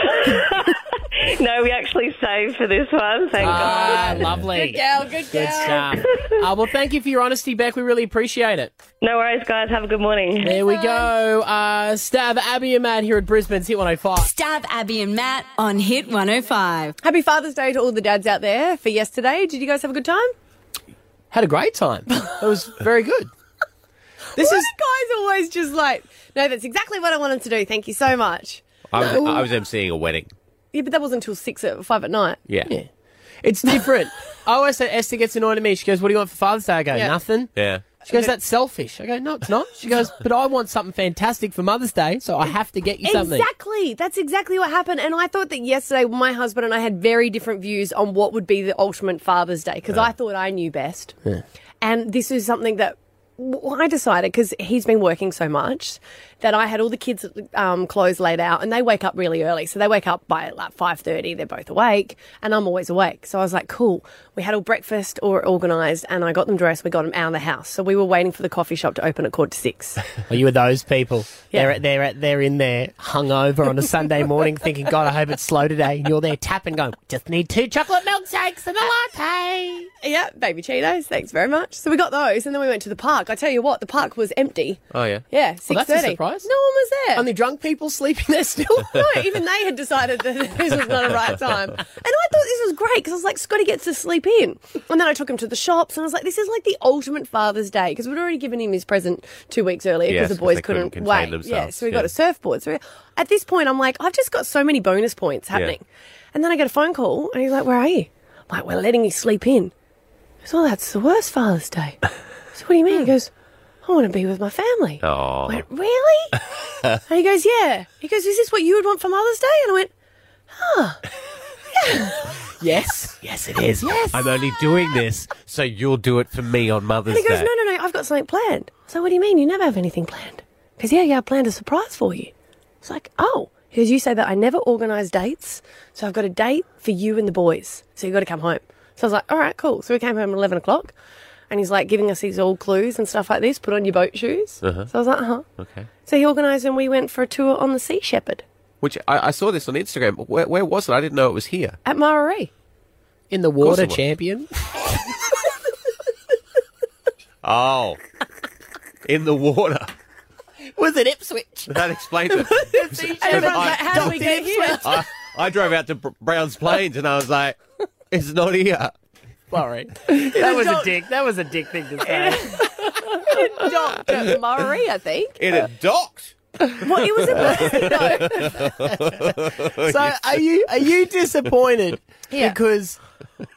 no, we actually saved for this one. Thank Ah, God. lovely. Good gal, good Good *laughs* stuff. uh, well, thank you for your honesty, Beck. We really appreciate it. No worries, guys. Have a good morning. There we go. Uh, stab Abby and Matt here at Brisbane's Hit 105. Stab Abby and Matt on Hit 105. Happy Father's Day to all the dads out there for yesterday. Did you guys have a good time? Had a great time. It was very good. This is guys always just like, no, that's exactly what I wanted to do. Thank you so much. I was, No. I was emceeing a wedding. Yeah, but that wasn't until six at five at night. Yeah. Yeah. It's *laughs* different. I always say Esther gets annoyed at me. She goes, "What do you want for Father's Day?" I go, Yeah. "Nothing." Yeah. She goes, "That's selfish." I go, "No, it's not." She goes, "But I want something fantastic for Mother's Day, so I have to get you something." Exactly. That's exactly what happened. And I thought that yesterday, my husband and I had very different views on what would be the ultimate Father's Day because I thought I knew best. And this is something that well, I decided because he's been working so much that I had all the kids' um, clothes laid out, and they wake up really early. So they wake up by like five thirty. They're both awake, and I'm always awake. So I was like, "Cool." We had all breakfast or organised, and I got them dressed. We got them out of the house. So we were waiting for the coffee shop to open at quarter *laughs* to six. Are you were those people? Yeah. They're they're they're in there hungover on a *laughs* Sunday morning, thinking, "God, I hope it's slow today." And you're there tapping, going, "Just need two chocolate milkshakes and a latte." Yeah, baby Cheetos. Thanks very much. So we got those, and then we went to the park. I tell you what, the park was empty. Oh, yeah. Yeah, six Well, thirty. that's a surprise. No one was there. Only drunk people sleeping there still. *laughs* no, even they had decided that *laughs* this was not a right time. And I thought this was great because I was like, Scotty gets to sleep in. And then I took him to the shops, and I was like, this is like the ultimate Father's Day because we'd already given him his present two weeks earlier Yes, because the 'cause boys they couldn't contain wait. Yeah, themselves, so we yeah. got a surfboard. So we- at this point, I'm like, I've just got so many bonus points Yeah. happening. And then I get a phone call, and he's like, where are you? I'm like, we're letting you sleep in. He goes, oh, that's the worst Father's Day. *laughs* So what do you mean? He goes, I want to be with my family. Oh. I went, *laughs* really? and he goes, yeah. He goes, is this what you would want for Mother's Day? And I went, huh. Yes. Yes, it is. Yes. I'm only doing this so you'll do it for me on Mother's And he goes, Day. no, no, no, I've got something planned. So what do you mean? You never have anything planned. Because, yeah, yeah, I planned a surprise for you. It's like, oh. He goes, you say that I never organise dates, so I've got a date for you and the boys. So you've got to come home. So I was like, all right, cool. So we came home at 11 o'clock. And he's like giving us these all clues and stuff like this. Put on your boat shoes. Uh-huh. So I was like, huh. Okay. So he organised and we went for a tour on the Sea Shepherd Which I, I saw this on Instagram. Where, where was it? I didn't know it was here. at Mararee. In the course water it was. champion. *laughs* Oh. In the water. Was it *laughs* Ipswich? That explains it. *laughs* and everyone's like, how do we get here? *laughs* I, I drove out to Br- Browns Plains and I was like, it's not here. Sorry. That was a dick. That was a dick thing to *laughs* say. *laughs* Docked at Murray, I think. It had docked. Well, it was a blessing, *laughs* though. so are you are you *laughs* disappointed Yeah. because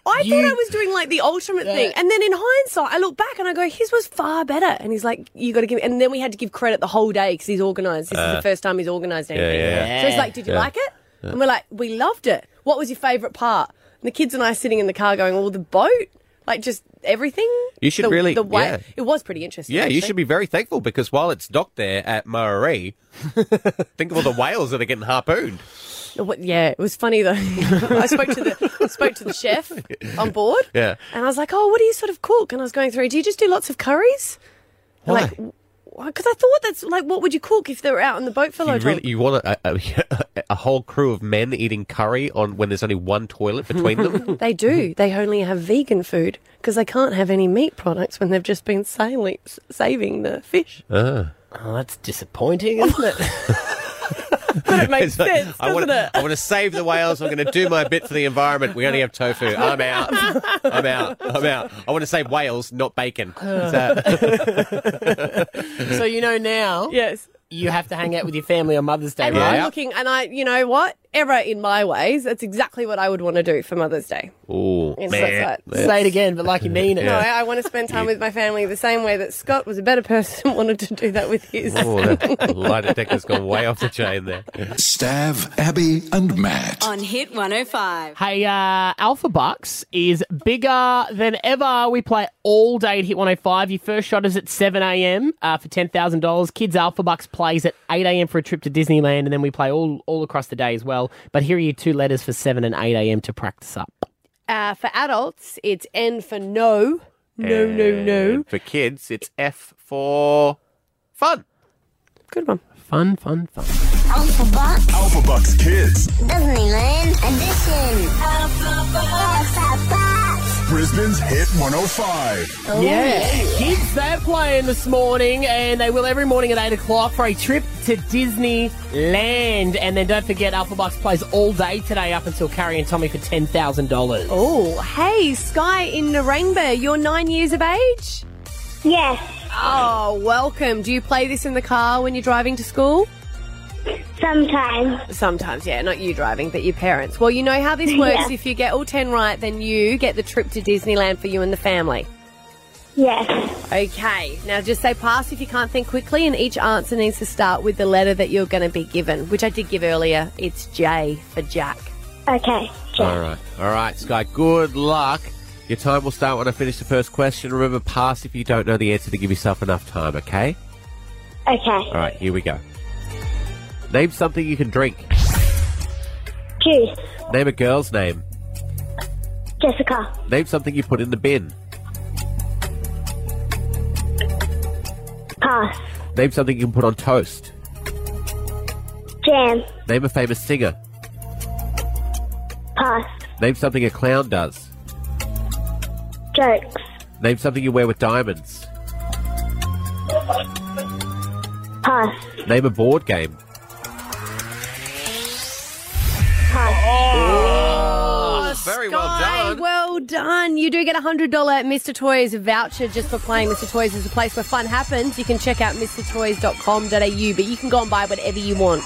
I You- thought I was doing like the ultimate thing. And then in hindsight, I look back and I go, his was far better. And he's like, you got to give. And then we had to give credit the whole day because he's organised. This is Uh, the first time he's organised yeah, anything. yeah, yeah. So he's like, did you Yeah. like it? Yeah. And we're like, we loved it. What was your favourite part? And the kids and I are sitting in the car going, well, the boat. Like just everything. You should The- really- The way yeah. it was pretty interesting. Yeah, you actually. should be very thankful because while it's docked there at Murray, *laughs* think of all the whales that are getting harpooned. What- Yeah, it was funny though. *laughs* I spoke to the spoke to the chef on board, Yeah. and I was like, "Oh, what do you sort of cook?" And I was going through, "Do you just do lots of curries?" They're Why? Like, because I thought that's like, what would you cook if they were out on the boat for You load? really you want a, a, *laughs* a whole crew of men eating curry on when there's only one toilet between *laughs* them? *laughs* they do. They only have vegan food because they can't have any meat products when they've just been sailing, s- saving the fish. Ah. Oh, that's *laughs* disappointing, isn't it? But it makes It's like, sense, I doesn't want it? to. I want to save the whales. I'm going to do my bit for the environment. We only have tofu. I'm out. I'm out. I'm out. I want to save whales, not *sighs* bacon. *laughs* So- *laughs* so you know now. Yes. You have to hang out with your family on Mother's Day, And right? I'm looking, and I, you know what? Ever in my ways, that's exactly what I would want to do for Mother's Day. Ooh, Yes, Oh, man. that's right. Say it again, but like you mean No, I, I want to spend time with my family the same way that Scott was a better *laughs* person wanted to do that with his. Oh, that *laughs* lie detector's gone way off the chain there. Stav, Abby, and Matt. On Hit 105. Hey, uh, Alpha Bucks is bigger than ever. We play all day at Hit 105. Your first shot is at 7 a.m. Uh, for $10,000. Kids Alpha Bucks plays at 8 a.m. for a trip to Disneyland, and then we play all, all across the day as well. But here are your two letters for 7 and 8 a.m. to practice up. Uh, for adults, it's N for no. No, no, no. And For kids, it's F for fun. Good one. Fun, fun, fun. Alpha Bucks. Alpha Bucks Kids. Disneyland Edition. Alpha Bucks. Brisbane's Hit 105. Yeah. Kids, they're playing this morning, and they will every morning at 8 o'clock for a trip to Disneyland. And then don't forget, Alpha Bucks plays all day today up until Carrie and Tommy for $10,000. Oh, hey, Sky in Narangba, you're nine years of age? Yes. Oh, welcome. Do you play this in the car when you're driving to school? Sometimes. Sometimes, yeah. Not you driving, but your parents. Well, you know how this works. Yeah. If you get all 10 right, then you get the trip to Disneyland for you and the family. Yes. Okay, now just say pass if you can't think quickly, and each answer needs to start with the letter that you're going to be given, which I did give earlier. It's J for Jack. Okay. All right. All right, Sky. Good luck. Your time will start when I finish the first question. Remember, pass if you don't know the answer to give yourself enough time, okay? Okay. All right, here we go. Name something you can drink. Juice. Name a girl's name. Jessica. Name something you put in the bin. Pass. Name something you can put on toast. Jam. Name a famous singer. Pass. Name something a clown does. Jokes. Name something you wear with diamonds. Pass. Name a board game. Oh, very well done. Well done. You do get a $100 Mr. Toys voucher just for playing Mr. Toys is a place where fun happens. You can check out mrtoys.com.au, but you can go and buy whatever you want.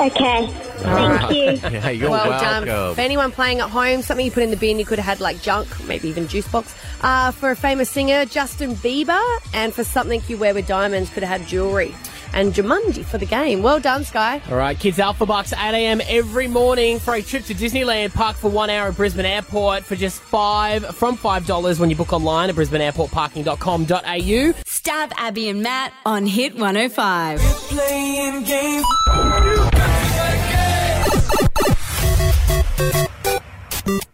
Okay. Thank *laughs* you. Yeah, you're well welcome. done. For anyone playing at home, something you put in the bin, you could have had like junk, maybe even juice box. Uh, for a famous singer, Justin Bieber, and for something you wear with diamonds, could have had jewelry. And Jumanji for the game. Well done, Sky. All right, kids, Alpha Bucks, 8 a.m. every morning for a trip to Disneyland Park for one hour at Brisbane Airport for just five from five dollars when you book online at brisbaneairportparking.com.au. Stab Abby and Matt on Hit 105. Playing games.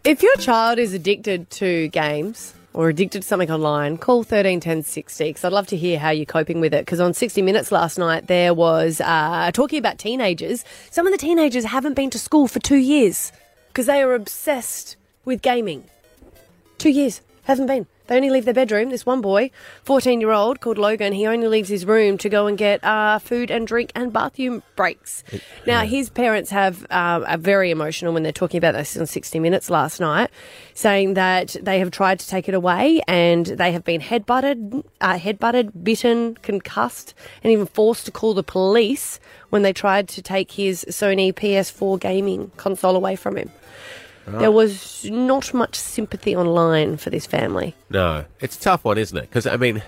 If your child is addicted to games or addicted to something online, call 131060 because I'd love to hear how you're coping with it. Because on 60 Minutes last night, there was uh, talking about teenagers. Some of the teenagers haven't been to school for two years because they are obsessed with gaming. Two years, haven't been. They only leave their bedroom. This one boy, 14 year old called Logan, he only leaves his room to go and get uh, food and drink and bathroom breaks. Now, his parents have um, are very emotional when they're talking about this on 60 Minutes last night, saying that they have tried to take it away and they have been headbutted, uh, headbutted, bitten, concussed, and even forced to call the police when they tried to take his Sony PS4 gaming console away from him. There was not much sympathy online for this family. No, it's a tough one, isn't it? Because I mean,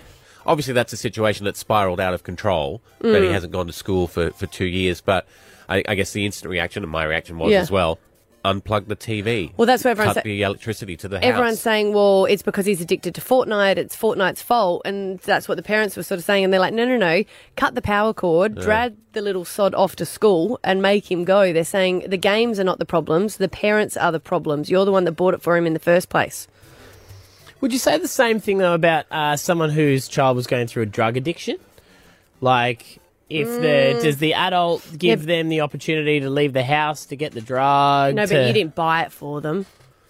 obviously that's a situation that spiraled out of control. That he Mm. hasn't gone to school for, for two years, but I, I guess the instant reaction and my reaction was Yeah. as well. unplug the TV. Well, that's what everyone cut sa- the electricity to the Everyone's house. saying, well, it's because he's addicted to Fortnite. It's Fortnite's fault. And that's what the parents were sort of saying. And they're like, no, no, no. Cut the power cord, Yeah. drag the little sod off to school and make him go. They're saying the games are not the problems. The parents are the problems. You're the one that bought it for him in the first place. Would you say the same thing though about uh, someone whose child was going through a drug addiction? Like, if the Mm. does the adult give them the opportunity to leave the house to get the drug? no, to- but you didn't buy it for them.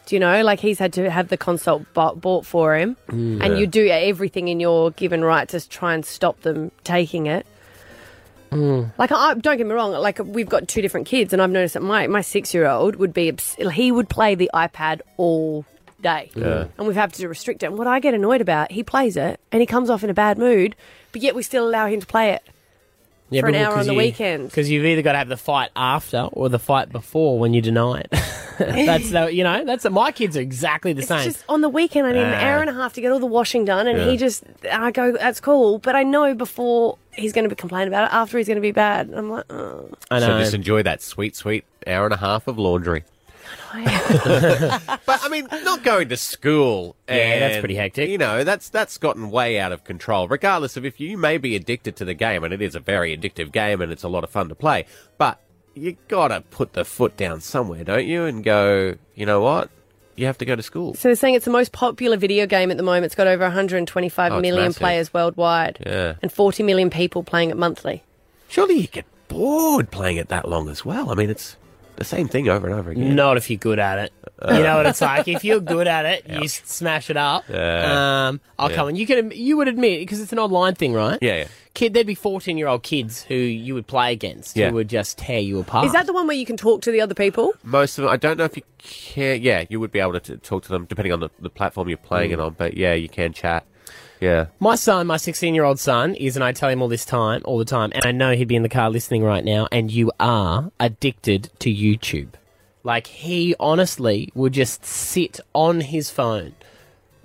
Do you know? Like he's had to have the consult bought, bought for him. Mm. And Yeah. you do everything in your given right to try and stop them taking it. Like, I, don't get me wrong. Like, we've got two different kids, and I've noticed that my, my six year old would be obs- he would play the iPad all day, Yeah. and we've had to restrict it. And what I get annoyed about, he plays it and he comes off in a bad mood, but yet we still allow him to play it for an hour on the weekend. Because you've either got to have the fight after or the fight before when you deny it. *laughs* that's the, you know that's my kids are exactly the same. Just on the weekend, I need an Ah. hour and a half to get all the washing done, and Yeah. he just I go, that's cool, but I know before he's going to be complaining about it, after he's going to be bad. And I'm like, oh. So just enjoy that sweet, sweet hour and a half of laundry. but I mean, not going to school. Yeah, that's and, pretty hectic. You know, that's that's gotten way out of control. Regardless of if you may be addicted to the game, and it is a very addictive game, and it's a lot of fun to play. But you gotta put the foot down somewhere, don't you? And go, you know what? You have to go to school. So they're saying it's the most popular video game at the moment. It's got over 125 Oh, million it's massive. players worldwide Yeah. and 40 million people playing it monthly. Surely you get bored playing it that long as well. I mean, it's the same thing over and over again. Not if you're good at it. you know what *laughs* it's like. If you're good at it, you s- smash it up. *laughs* Yeah. um, I'll Yeah. come and you can you would admit because it's an online thing, right? Yeah, yeah. Kid, there'd be fourteen year old kids who you would play against Yeah. Ah. who would just tear you apart. Is that the one where you can talk to the other people? Most of them, I don't know if you can. Yeah, you would be able to t- talk to them depending on the, the platform you're playing it on. But yeah, you can chat. Yeah. My son, my 16 year old son, is, and I tell him all this time, all the time, and I know he'd be in the car listening right now, and you are addicted to YouTube. Like, he honestly would just sit on his phone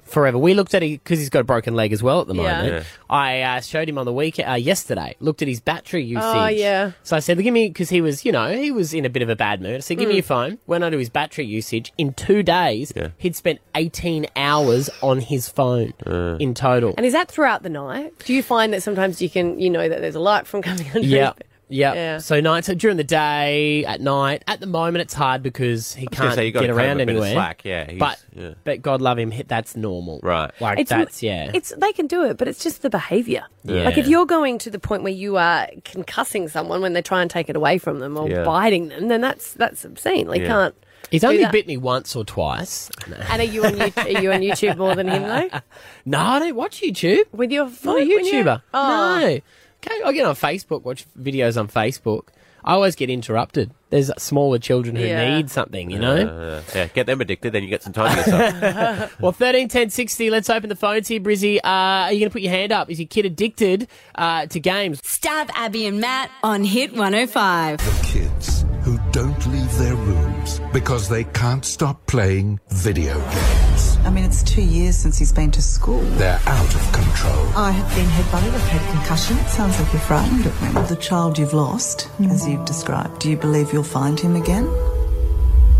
forever. We looked at it because he's got a broken leg as well at the Yeah. moment. Yeah. I uh, showed him on the weekend, uh, yesterday, looked at his battery usage. Oh, yeah. So I said, give me, because he was, you know, he was in a bit of a bad mood. I said, give me Mm. your phone. Went under his battery usage. In two days, he'd spent 18 hours on his phone Uh. in total. And is that throughout the night? Do you find that sometimes you can, you know, that there's a light from coming *laughs* under? Yeah. Yeah. Yeah. So nights so during the day, at night, at the moment it's hard because he was gonna can't say, you gotta get cut him around a bit of anywhere. slack, yeah, he's- but yeah. but God love him, he- that's normal. Right. Like It's- that's yeah. It's they can do it, but it's just the behaviour. Yeah. Like if you're going to the point where you are concussing someone when they try and take it away from them or Yeah. biting them, then that's that's obscene. Like Yeah. can't. He's do only that. bit me once or twice. No. *laughs* And are you on YouTube, are you on YouTube more than him though? *laughs* No, I don't watch YouTube. With your not phone, a when you- YouTuber. Oh. No. Okay, I get on Facebook, watch videos on Facebook. I always get interrupted. There's smaller children who Yeah. need something, you know. Uh, *laughs* yeah, get them addicted, then you get some time *laughs* to yourself. well, thirteen ten sixty. Let's open the phones here, Brizzy. Uh, are you going to put your hand up? Is your kid addicted uh, to games? Stab Abby and Matt on Hit 105. Kids who don't leave their rooms because they can't stop playing video games. I mean, it's two years since he's been to school. They're out of control. I have been headbutted, I've had concussion. It sounds like you're frightened of him. The child you've lost, as you've described, do you believe you'll find him again?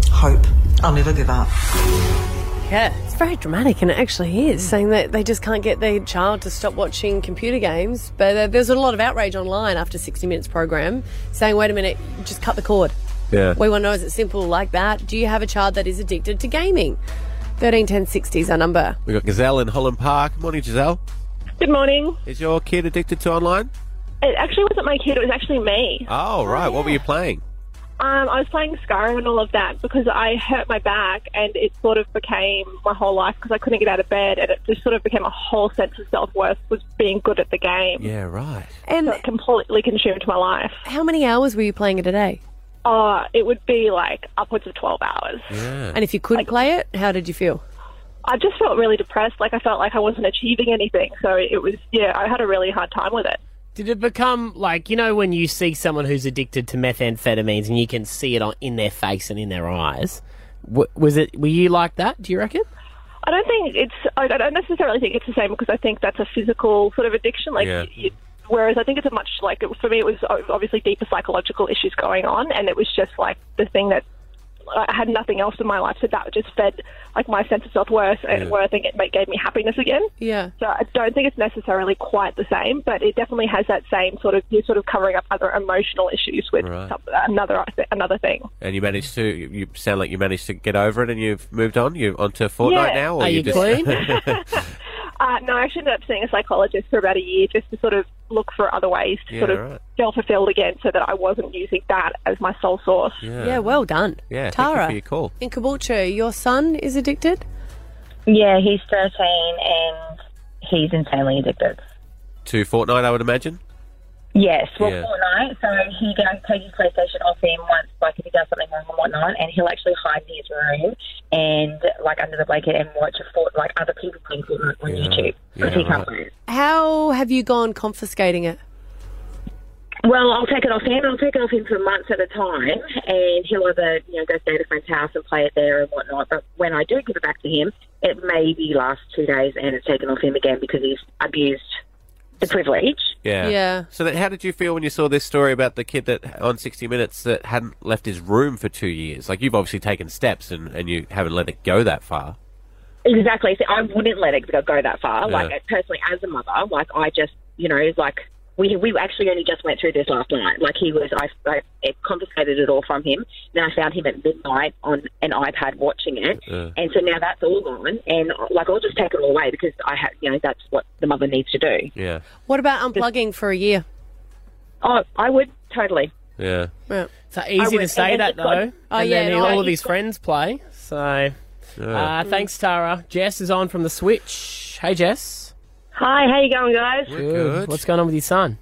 Hope. I'll never give up. Yeah, it's very dramatic, and it actually Mm. is saying that they just can't get their child to stop watching computer games. But uh, there's a lot of outrage online after 60 Minutes program saying, "Wait a minute, just cut the cord." Yeah. We want to know is it simple like that? Do you have a child that is addicted to gaming? 131060 is our number. we got Gazelle in Holland Park. Morning, Gazelle. Good morning. Is your kid addicted to online? It actually wasn't my kid, it was actually me. Oh, right. What were you playing? Um, I was playing Skyrim and all of that because I hurt my back and it sort of became my whole life because I couldn't get out of bed and it just sort of became a whole sense of self worth was being good at the game. *laughs* Yeah, right. And it completely consumed my life. How many hours were you playing it a day? Uh, it would be like upwards of 12 hours. Yeah. And if you couldn't play it, how did you feel? I just felt really depressed. Like I felt like I wasn't achieving anything. So it was, yeah, I had a really hard time with it. Did it become like you know when you see someone who's addicted to methamphetamines and you can see it on in their face and in their eyes? W- was it? Were you like that? Do you reckon? I don't think it's. I I don't necessarily think it's the same because I think that's a physical sort of addiction. Like, Yeah. you, whereas I think it's a much like it, for me, it was o- obviously deeper psychological issues going on, and it was just like the thing that I had nothing else in my life, so that just fed like my sense of self worth and Yeah. worth, and it ma- gave me happiness again. Yeah. So I don't think it's necessarily quite the same, but it definitely has that same sort of you're sort of covering up other emotional issues with Right. some- another another thing. And you managed to. You you sound like you managed to get over it, and you've moved on. You're onto Yeah. Fortnite now. Or Are you just... clean? Uh, no, I actually ended up seeing a psychologist for about a year just to sort of look for other ways to Yeah, sort of right. feel fulfilled again, so that I wasn't using that as my sole source. yeah. Yeah, well done. Yeah, thank you Tara. for your call. In Caboolture, your son is addicted? Yeah, he's 13 and he's insanely addicted. *laughs* To Fortnite, I would imagine. Yes, well, Yeah. Fortnite. So he goes take his PlayStation off him once, like if he does something wrong and whatnot, and he'll actually hide in his room and like under the blanket and watch a fort like other people playing Fortnite on YouTube. Yeah, right. How have you gone confiscating it? Well, I'll take it off him. I'll take it off him for months at a time, and he'll either you know go stay at a friend's house and play it there and whatnot. But when I do give it back to him, it maybe lasts two days and it's taken off him again because he's abused the privilege. Yeah. Yeah. So, then how did you feel when you saw this story about the kid that on 60 Minutes that hadn't left his room for two years? Like, you've obviously taken steps and, and you haven't let it go that far. Exactly. See, I wouldn't let it go, go that far. Yeah. Like personally, as a mother, like I just, you know, like we we actually only just went through this last night. Like he was, I, I it confiscated it all from him. Then I found him at midnight on an iPad watching it, Yeah. and so now that's all gone. And like I'll just take it all away because I have, you know, that's what the mother needs to do. Yeah. What about unplugging for a year? Oh, I would totally. Yeah. It's Easy to say that though. Oh, and yeah, then no, all of you- his friends play. So, uh, Mm. thanks, Tara. Jess is on from the Switch. Hey, Jess. Hi, how you going, guys? Good. What's going on with your son?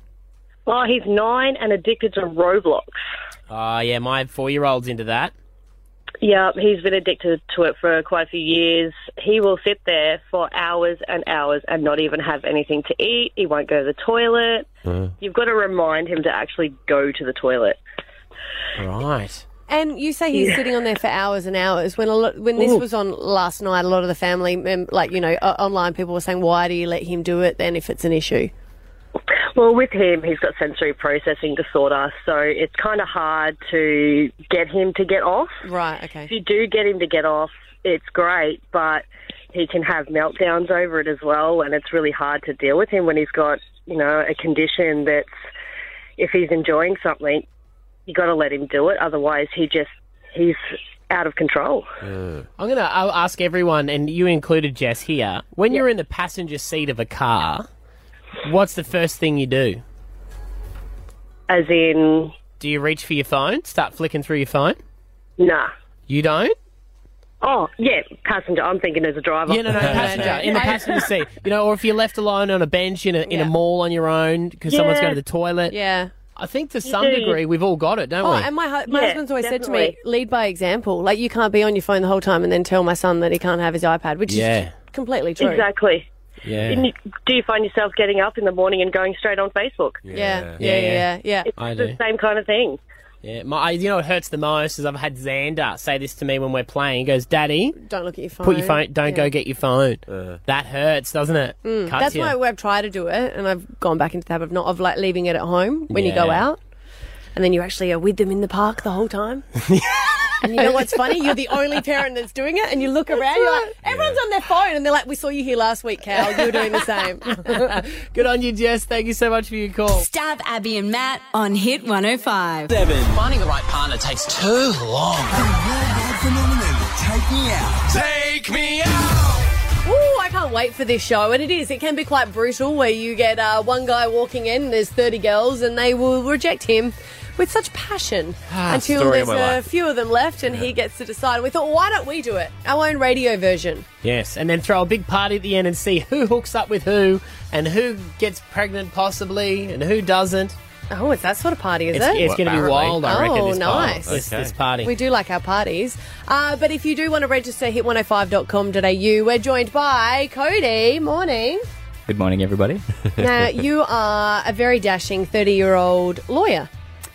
Well, he's nine and addicted to Roblox. Oh, yeah, my four-year-old's into that. Yeah, he's been addicted to it for quite a few years. He will sit there for hours and hours and not even have anything to eat. He won't go to the toilet. You've got to remind him to actually go to the toilet. Right. And you say he's Yeah. sitting on there for hours and hours. When a lot, when this Ooh. was on last night, a lot of the family, mem- like you know, uh, online people were saying, "Why do you let him do it then if it's an issue?" Well, with him, he's got sensory processing disorder, so it's kind of hard to get him to get off. Right, okay. If you do get him to get off, it's great, but he can have meltdowns over it as well, and it's really hard to deal with him when he's got, you know, a condition that's if he's enjoying something, you got to let him do it. Otherwise, he just he's out of control. I'm gonna I'll ask everyone, and you included Jess here. When you're in the passenger seat of a car, what's the first thing you do? As in, do you reach for your phone? Start flicking through your phone? Nah. You don't? Oh yeah, passenger. I'm thinking as a driver. *laughs* Yeah, no, no, passenger in the *laughs* passenger seat. You know, or if you're left alone on a bench in a in a mall on your own because someone's Yeah. going to the toilet. Yeah. I think to You some do. degree we've all got it, don't Oh, we? and my hu- my Yeah, husband's always said to definitely. me, "Lead by example." Like you can't be on your phone the whole time and then tell my son that he can't have his iPad, which Yeah. is completely true. Exactly. yeah. And you- Do you find yourself getting up in the morning and going straight on Facebook? Yeah. Yeah, yeah, yeah. It's I the do. same kind of thing. Yeah, my I- you know what hurts the most is I've had Xander say this to me when we're playing. He goes, "Daddy, Don't look at your phone. put your phone. Don't Yeah. go get your phone." that hurts, doesn't it? Mm, Cuts that's you. why I've tried to do it, and I've gone back into the habit of not of like leaving it at home when you go Yeah. out, and then you actually are with them in the park the *laughs* whole time. and you know what's funny? You're the only parent that's doing it, and you look around, you're like, everyone's on their phone, and they're like, "We saw you here last week, Cal. You were doing the same." *laughs* Good on you, Jess. Thank you so much for your call. Stab Abby and Matt on Hit 105. Finding the right partner takes too long. Take me out. Take me out. Ooh, I can't wait for this show, and it is. It can be quite brutal where you get uh, one guy walking in, and there's 30 girls, and they will reject him with such passion Ah, until story of there's my a life. few of them left, and he gets to decide. We thought, why don't we do it? Our own radio version. Yes, and then throw a big party at the end and see who hooks up with who and who gets pregnant possibly and who doesn't. Oh, it's that sort of party, is It's- it? it's gonna be Apparently. wild, I reckon, Oh, this party. nice. This- this party. We do like our parties. Uh, but if you do want to register, hit105.com.au. We're joined by *laughs* Cody. Morning. Good *laughs* morning, everybody. Now, *laughs* you are a very dashing 30 year old lawyer.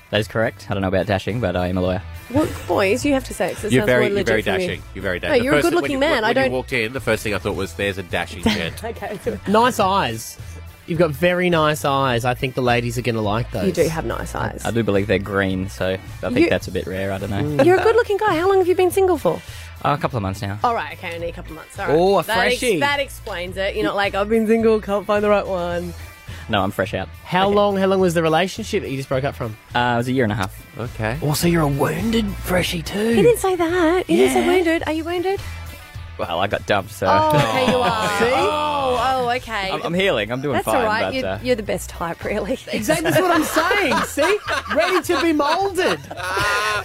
that is correct. I don't know about dashing, but I am a lawyer. Well, boys, you have to say it. 'cause it You're sounds very, more you're very legit from you. dashing. You're very No, dashing. The you're a first- good-looking when you- man. When I when don't- *laughs* you walked in, the first thing I thought was, "There's a dashing gent." Okay. Nice eyes. You've got very nice eyes. I think the ladies are going to like those. You do have nice eyes. I do believe they're green, so I think You- that's a bit rare. I don't know. You're a good-looking guy. How long have you been single for? Oh, a couple of months now. All right, okay, only a couple months. All right. Oh, a that freshie. that explains it. You're not like I've been single, can't find the right one. No, I'm fresh out. How long? How long was the relationship that you just broke up from? Uh, it was a year and a half. Okay. Also, you're a wounded freshie too. He didn't say that. He didn't say Yeah. wounded. Are you wounded? Well, I got dumped, so *laughs* Oh, okay, you *laughs* are. Oh, oh, okay. I'm, I'm healing. I'm doing That's fine. all right. But you're, uh, you're the best type, really. *laughs* Exactly, that's what I'm saying. See, ready to be *laughs* moulded.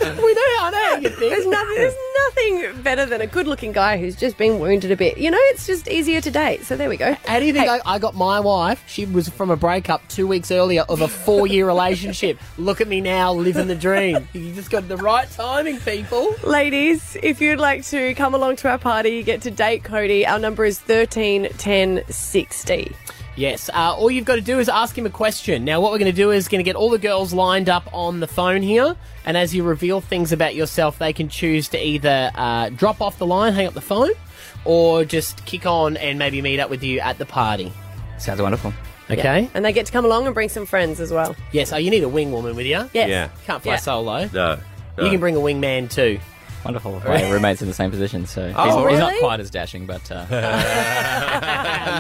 we know how know how you think. There's nothing. There's nothing better than a good-looking guy who's just been wounded a bit. You know, it's just easier to date. So there we go. How do you think I, I got my wife? She was from a breakup two weeks earlier of a four year *laughs* relationship. Look at me now, living the dream. You just got the right timing, people. Ladies, if you'd like to come along to our party, you get to date Cody. Our number is 13 10 60. Yes, uh, all you've got to do is ask him a question. Now, what we're going to do is going to get all the girls lined up on the phone here, and as you reveal things about yourself, they can choose to either uh, drop off the line, hang up the phone, or just kick on and maybe meet up with you at the party. sounds wonderful. Okay. And they get to come along and bring some friends as well. Yes, oh, you need a wing woman with you. Yes. Yeah. Can't fly Yeah. solo. No. You can bring a wingman too. Wonderful. My roommate's in the same position, so Oh, he's, he's not really? quite as dashing, but *laughs* uh,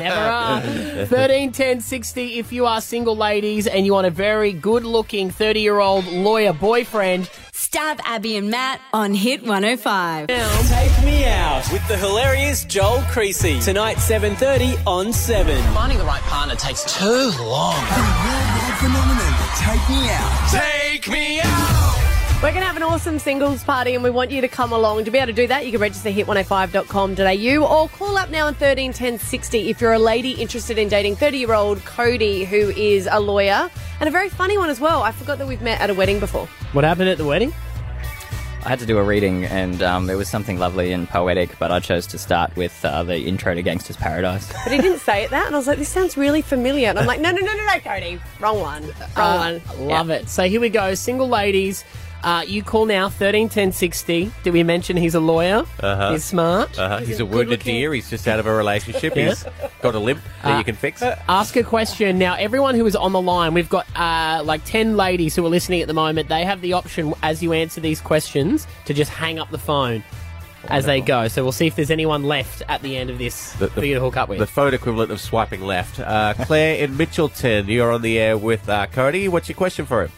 Never are. *laughs* 13, 10, 60. If you are single ladies and you want a very good looking 30 year old lawyer boyfriend, Stab Abby and Matt on Hit 105. Take me out with the hilarious Joel Creasy tonight 7:30 on 7. Finding the right partner takes too long. phenomenon. Take me out. Take me out. We're going to have an awesome singles party and we want you to come along. To be able to do that, you can register hit105.com.au or call up now on 13 10 60 if you're a lady interested in dating 30 year old Cody, who is a lawyer and a very funny one as well. I forgot that we've met at a wedding before. what happened at the wedding? I had to do a reading, and um, there was something lovely and poetic, but I chose to start with uh, the intro to Gangster's Paradise. But he didn't say it that, and I was like, this sounds really familiar. And I'm like, no, no, no, no, no, Cody. Wrong one. Wrong Uh, one. love it. So here we go. Single ladies, uh, you call now 13, 10, 60. Did we mention he's a lawyer? Uh-huh. He's smart. Uh-huh. He's, a wounded deer. He's just out of a relationship. Yeah. Uh, He's got a limp that you can fix. Ask a question. Now, everyone who is on the line, we've got uh, like 10 ladies who are listening at the moment. They have the option, as you answer these questions, to just hang up the phone as they go. So we'll see if there's anyone left at the end of this for you to hook up with. The phone equivalent of swiping left. Uh, Claire in Mitchelton, you're on the air with uh, Cody. What's your question for him?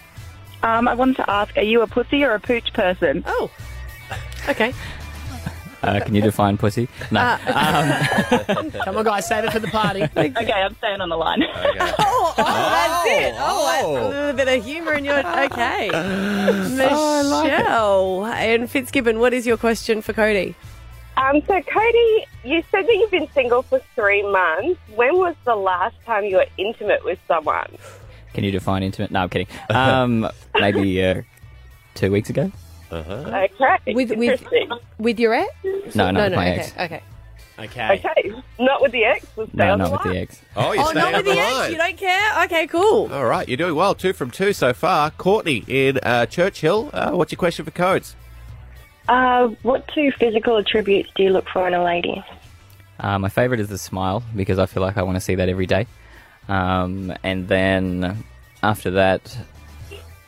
Um, I wanted to ask, are you a pussy or a pooch person? Oh. *laughs* Okay. Uh, *laughs* can you define pussy? No. Uh, Um, Um, Come on, guys, save it for the *laughs* party. okay, I'm staying on the line. *laughs* Oh, oh, that's it. Oh, that's a little bit of humour in your. Okay. Michelle and Fitzgibbon, what is your question for Cody? Um, so, Cody, you said that you've been single for three months. When was the last time you were intimate with someone? Can you define intimate? No, I'm kidding. *laughs* Um, maybe uh, two weeks ago. Uh-huh. Okay. With with Interesting. with your ex? No, no, with my okay, ex. Okay. Okay. Okay. Not with the ex. We'll stay No, on not the with the line. ex. Oh, you're oh, staying not on with the ex. line. You don't care? Okay, cool. All right, you're doing well. Two from two so far. Courtney in uh, Churchill. Uh, what's your question for codes? Uh, what two physical attributes do you look for in a lady? Uh, my favorite is the smile because I feel like I want to see that every day. Um, and then after that,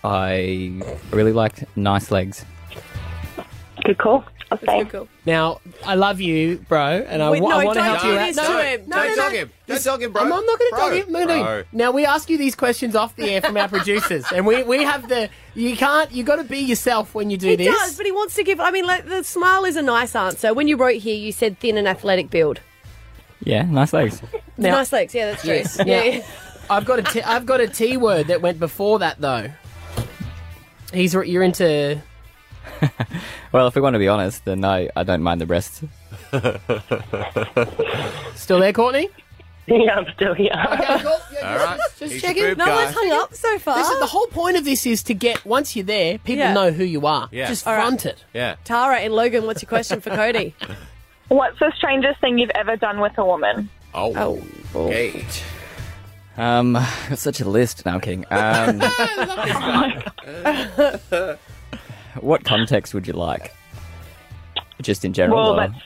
I really liked nice legs. Good call. I'll stay. Now, I love you, bro, and I, Wait, wa- I no, want to don't help do you this out. to No, him. no, Don't no, dog no. him. Don't dog him, bro. I'm, I'm not going to dog Bro. him. No, no. Bro. Now we ask you these questions off the air from our producers, and we, we have the you can't you got to be yourself when you do He this. does, but he wants to give. I mean, like, the smile is a nice answer. When you wrote here, you said thin and athletic build. Yeah, nice legs. *laughs* nice legs. Yeah, that's true. Yes. Yeah. Now, I've got a t- I've got a T word that went before that though. He's re- you're into *laughs* *laughs* Well, if we want to be honest, then I, I don't mind the breasts. still there, Courtney? Yeah, I'm still here. Okay, cool. All right. Just He's a checking. boob No guy. one's hung up so far. This is the whole point of this is to get once you're there, people Yeah. know who you are. Yeah. Just All right. front it. *laughs* *laughs* Yeah. Tara and Logan, what's your question for *laughs* Cody? What's the strangest thing you've ever done with a woman? Oh. *laughs* Okay. Um, I've got such a list. No, I'm kidding. *laughs* *laughs* *laughs* Um, what context would you like? Just in general? Well, or- that's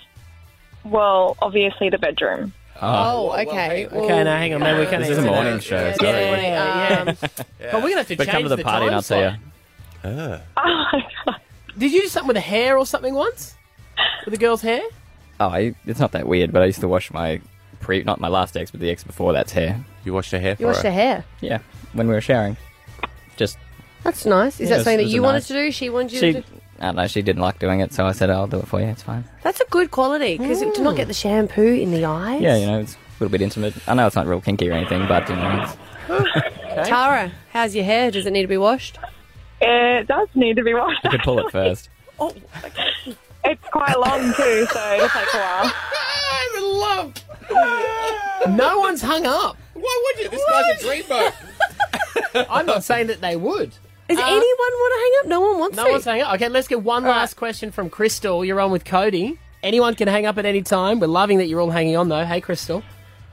well, obviously the bedroom. Ah. Oh, okay. Okay, now hang on, man. We can't. This is a answer morning that. show, Yeah, sorry. yeah, yeah. But we're gonna have to But change come to the, time party and I'll tell slot. you. Did you do something with a hair or something once? With a girl's *laughs* hair? Ah. Oh, I, it's not that weird, but I used to wash my pre not my last ex, but the ex before that's hair. You washed her hair You washed her hair. Yeah, when we were showering. Just That's nice. Is Yeah, that something it that was you a wanted nice- to do? She wanted you she to do? I don't know, she didn't like doing it, so I said "Oh, I'll do it for you, it's fine. That's a good quality because to not get the shampoo in the eyes. Yeah, you know, it's a little bit intimate. I know it's not real kinky or anything, but you know it's Tara, how's your hair? Does it need to be washed? It does need to be washed. you could pull *laughs* it first. It's quite long too, so it'll take a while. I'm in love. no one's hung up. Why would you? This guy's a dreamboat. *laughs* I'm not saying that they would. Uh, Does anyone want to hang up? No one wants No to. one's hung up. Okay, let's get one last question from Crystal. You're on with Cody. Anyone can hang up at any time. We're loving that you're all hanging on though. Hey, Crystal.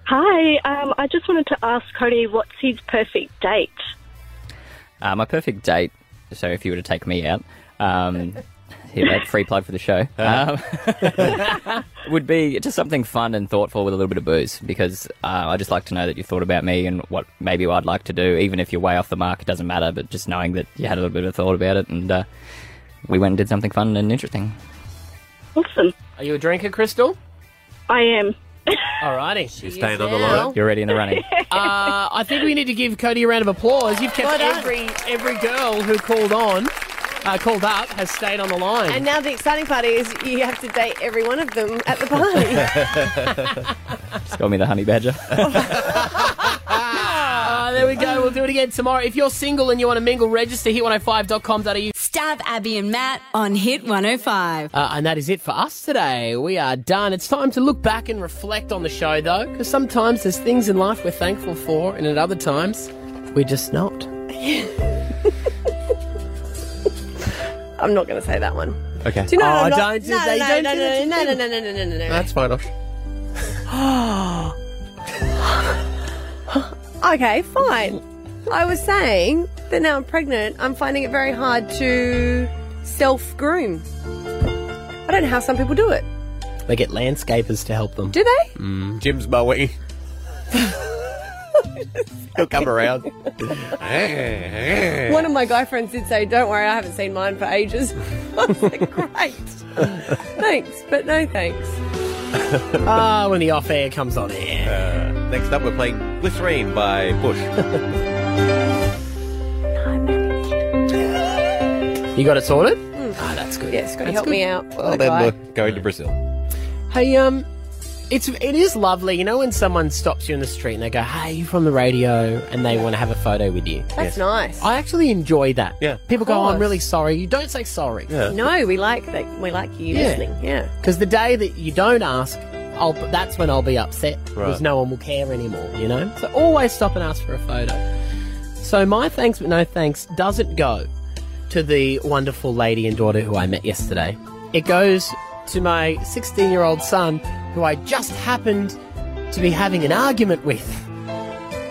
Hi, um, I just wanted to ask Cody what's his perfect date? Uh, my perfect date, so if you were to take me out, um, *laughs* here, mate, free plug for the show, um, *laughs* would be just something fun and thoughtful with a little bit of booze because uh, I just like to know that you thought about me and what maybe I'd like to do, even if you're way off the mark, it doesn't matter, but just knowing that you had a little bit of thought about it and uh, we went and did something fun and interesting. Awesome. Are you a drinker, Crystal? I am. Alrighty. She's staying on the line. You're already in *laughs* the running. Uh, I think we need to give Cody a round of applause. You've kept Well done. every every girl who called on, uh, called up, has stayed on the line. And uh, now the exciting part is you have to date every one of them at the party. Just got me the honey badger. Ah, there we go. We'll do it again tomorrow. If you're single and you want to mingle, register hit105.com.au. Stab Abby and Matt on Hit 105. Uh, and that is it for us today. We are done. It's time to look back and reflect on the show, though, because sometimes there's things in life we're thankful for, and at other times, we're just not. I'm not going to say that one. Okay. Do you know Oh, what I'm don't not- do no, that. no, Don't no, do no, that. no, no, no, no, no, no, no, no. That's fine. Osh. *gasps* Okay, fine. I was saying that now I'm pregnant, I'm finding it very hard to self groom. I don't know how some people do *clears throat* it. They get landscapers to help them. Do they? Mm, Jim's mowing. He'll come around. Uh, One of my guy friends did say, Don't worry, I haven't seen mine for ages. *laughs* I was like, Great. *laughs* thanks, but no thanks. *laughs* Ah, when the off air comes on air. Next up, we're playing Glycerine by Bush. You got it sorted? Ah, that's good. Yeah, Scotty, That's Mm. help good. me out. Well, then we're going to Brazil. *laughs* Hey, um, it's it is lovely, you know, when someone stops you in the street and they go, "Hey, you from the radio," and they want to have a photo with you. That's nice. I actually enjoy that. Yeah. People go, Of oh, "I'm course. really sorry." You don't say sorry Yeah. No, we like that. We like you Yeah. listening. Yeah. because the day that you don't ask, I'll that's when I'll be upset because Right. no one will care anymore. You know, so always stop and ask for a photo. So my thanks but no thanks doesn't go to the wonderful lady and daughter who I met yesterday. It goes to my 16 year old son who I just happened to be having an argument with.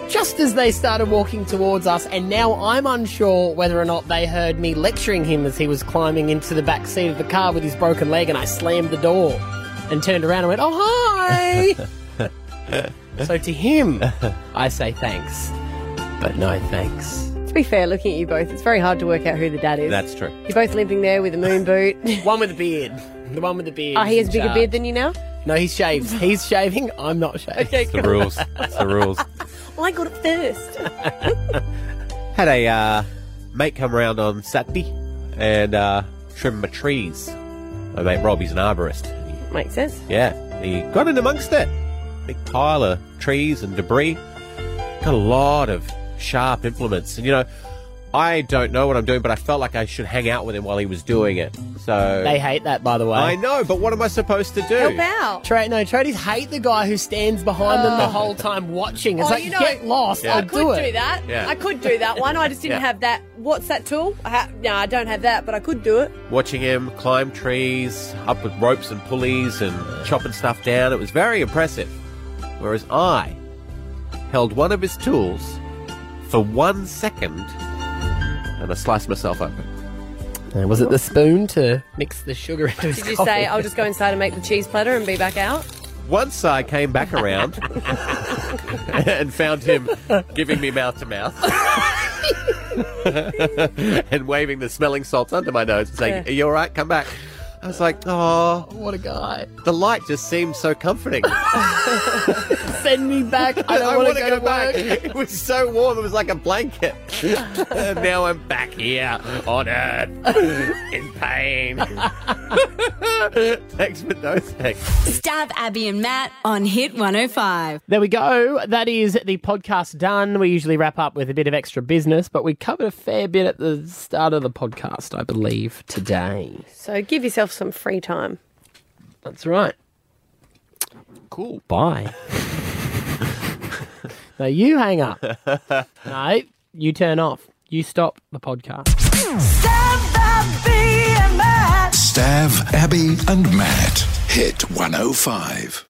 Just as they started walking towards us, and now I'm unsure whether or not they heard me lecturing him as he was climbing into the back seat of the car with his broken leg, and I slammed the door and turned around and went, Oh, *laughs* hi! so to him, I say thanks, but no thanks. To be fair, looking at you both, it's very hard to work out who the dad is. That's true. You're both limping there with a moon boot. *laughs* One with a beard. The one with the beard. *laughs* oh, he is has in bigger charge. beard than you now? No, he shaves. He's shaving. I'm not shaving. Okay, The rules. It's the *laughs* rules. I got it first. *laughs* Had a uh, mate come round on Saturday and uh, trim my trees. My mate Rob, he's an arborist. Makes sense. Yeah, he got in amongst it. Big pile of trees and debris. Got a lot of sharp implements. And, you know, I don't know what I'm doing, but I felt like I should hang out with him while he was doing it. So. They hate that, by the way. I know, but what am I supposed to do? Help out. Tra- no, tradies hate the guy who stands behind them the whole time watching. It's Oh, like, you know, get lost. Yeah. I I'll could do do, it. that. Yeah. I could do that one. I just didn't Yeah. have that. What's that tool? I ha- no, I don't have that, but I could do it. Watching him climb trees, up with ropes and pulleys and chopping stuff down. It was very impressive. Whereas I held one of his tools for one second and I sliced myself open. Uh, Was it the spoon to mix the sugar into his Did you coffee? *laughs* say I'll just go inside and make the cheese platter and be back out? Once I came *laughs* back around and found him giving me mouth *laughs* to mouth and waving the smelling salts under my nose and saying, Yeah. Are you all right? Come back. I was like, Oh, what a guy. The light just seemed so *laughs* comforting. Send me back. *laughs* I don't want to wanna go, to back. work. *laughs* It was so warm, it was like *laughs* a blanket. and *laughs* now I'm back here on Earth in pain. *laughs* Thanks for those thanks. Stab Abby and Matt on Hit 105. There we go. That is the podcast done. We usually wrap up with a bit of extra business, but we covered a fair bit at the start of the podcast, I believe, today. So give yourself some free time. That's right. Cool. *laughs* Bye. now you *laughs* hang up. no, you turn off. You stop the podcast. oh Stav, Abby, and Matt. Hit 105.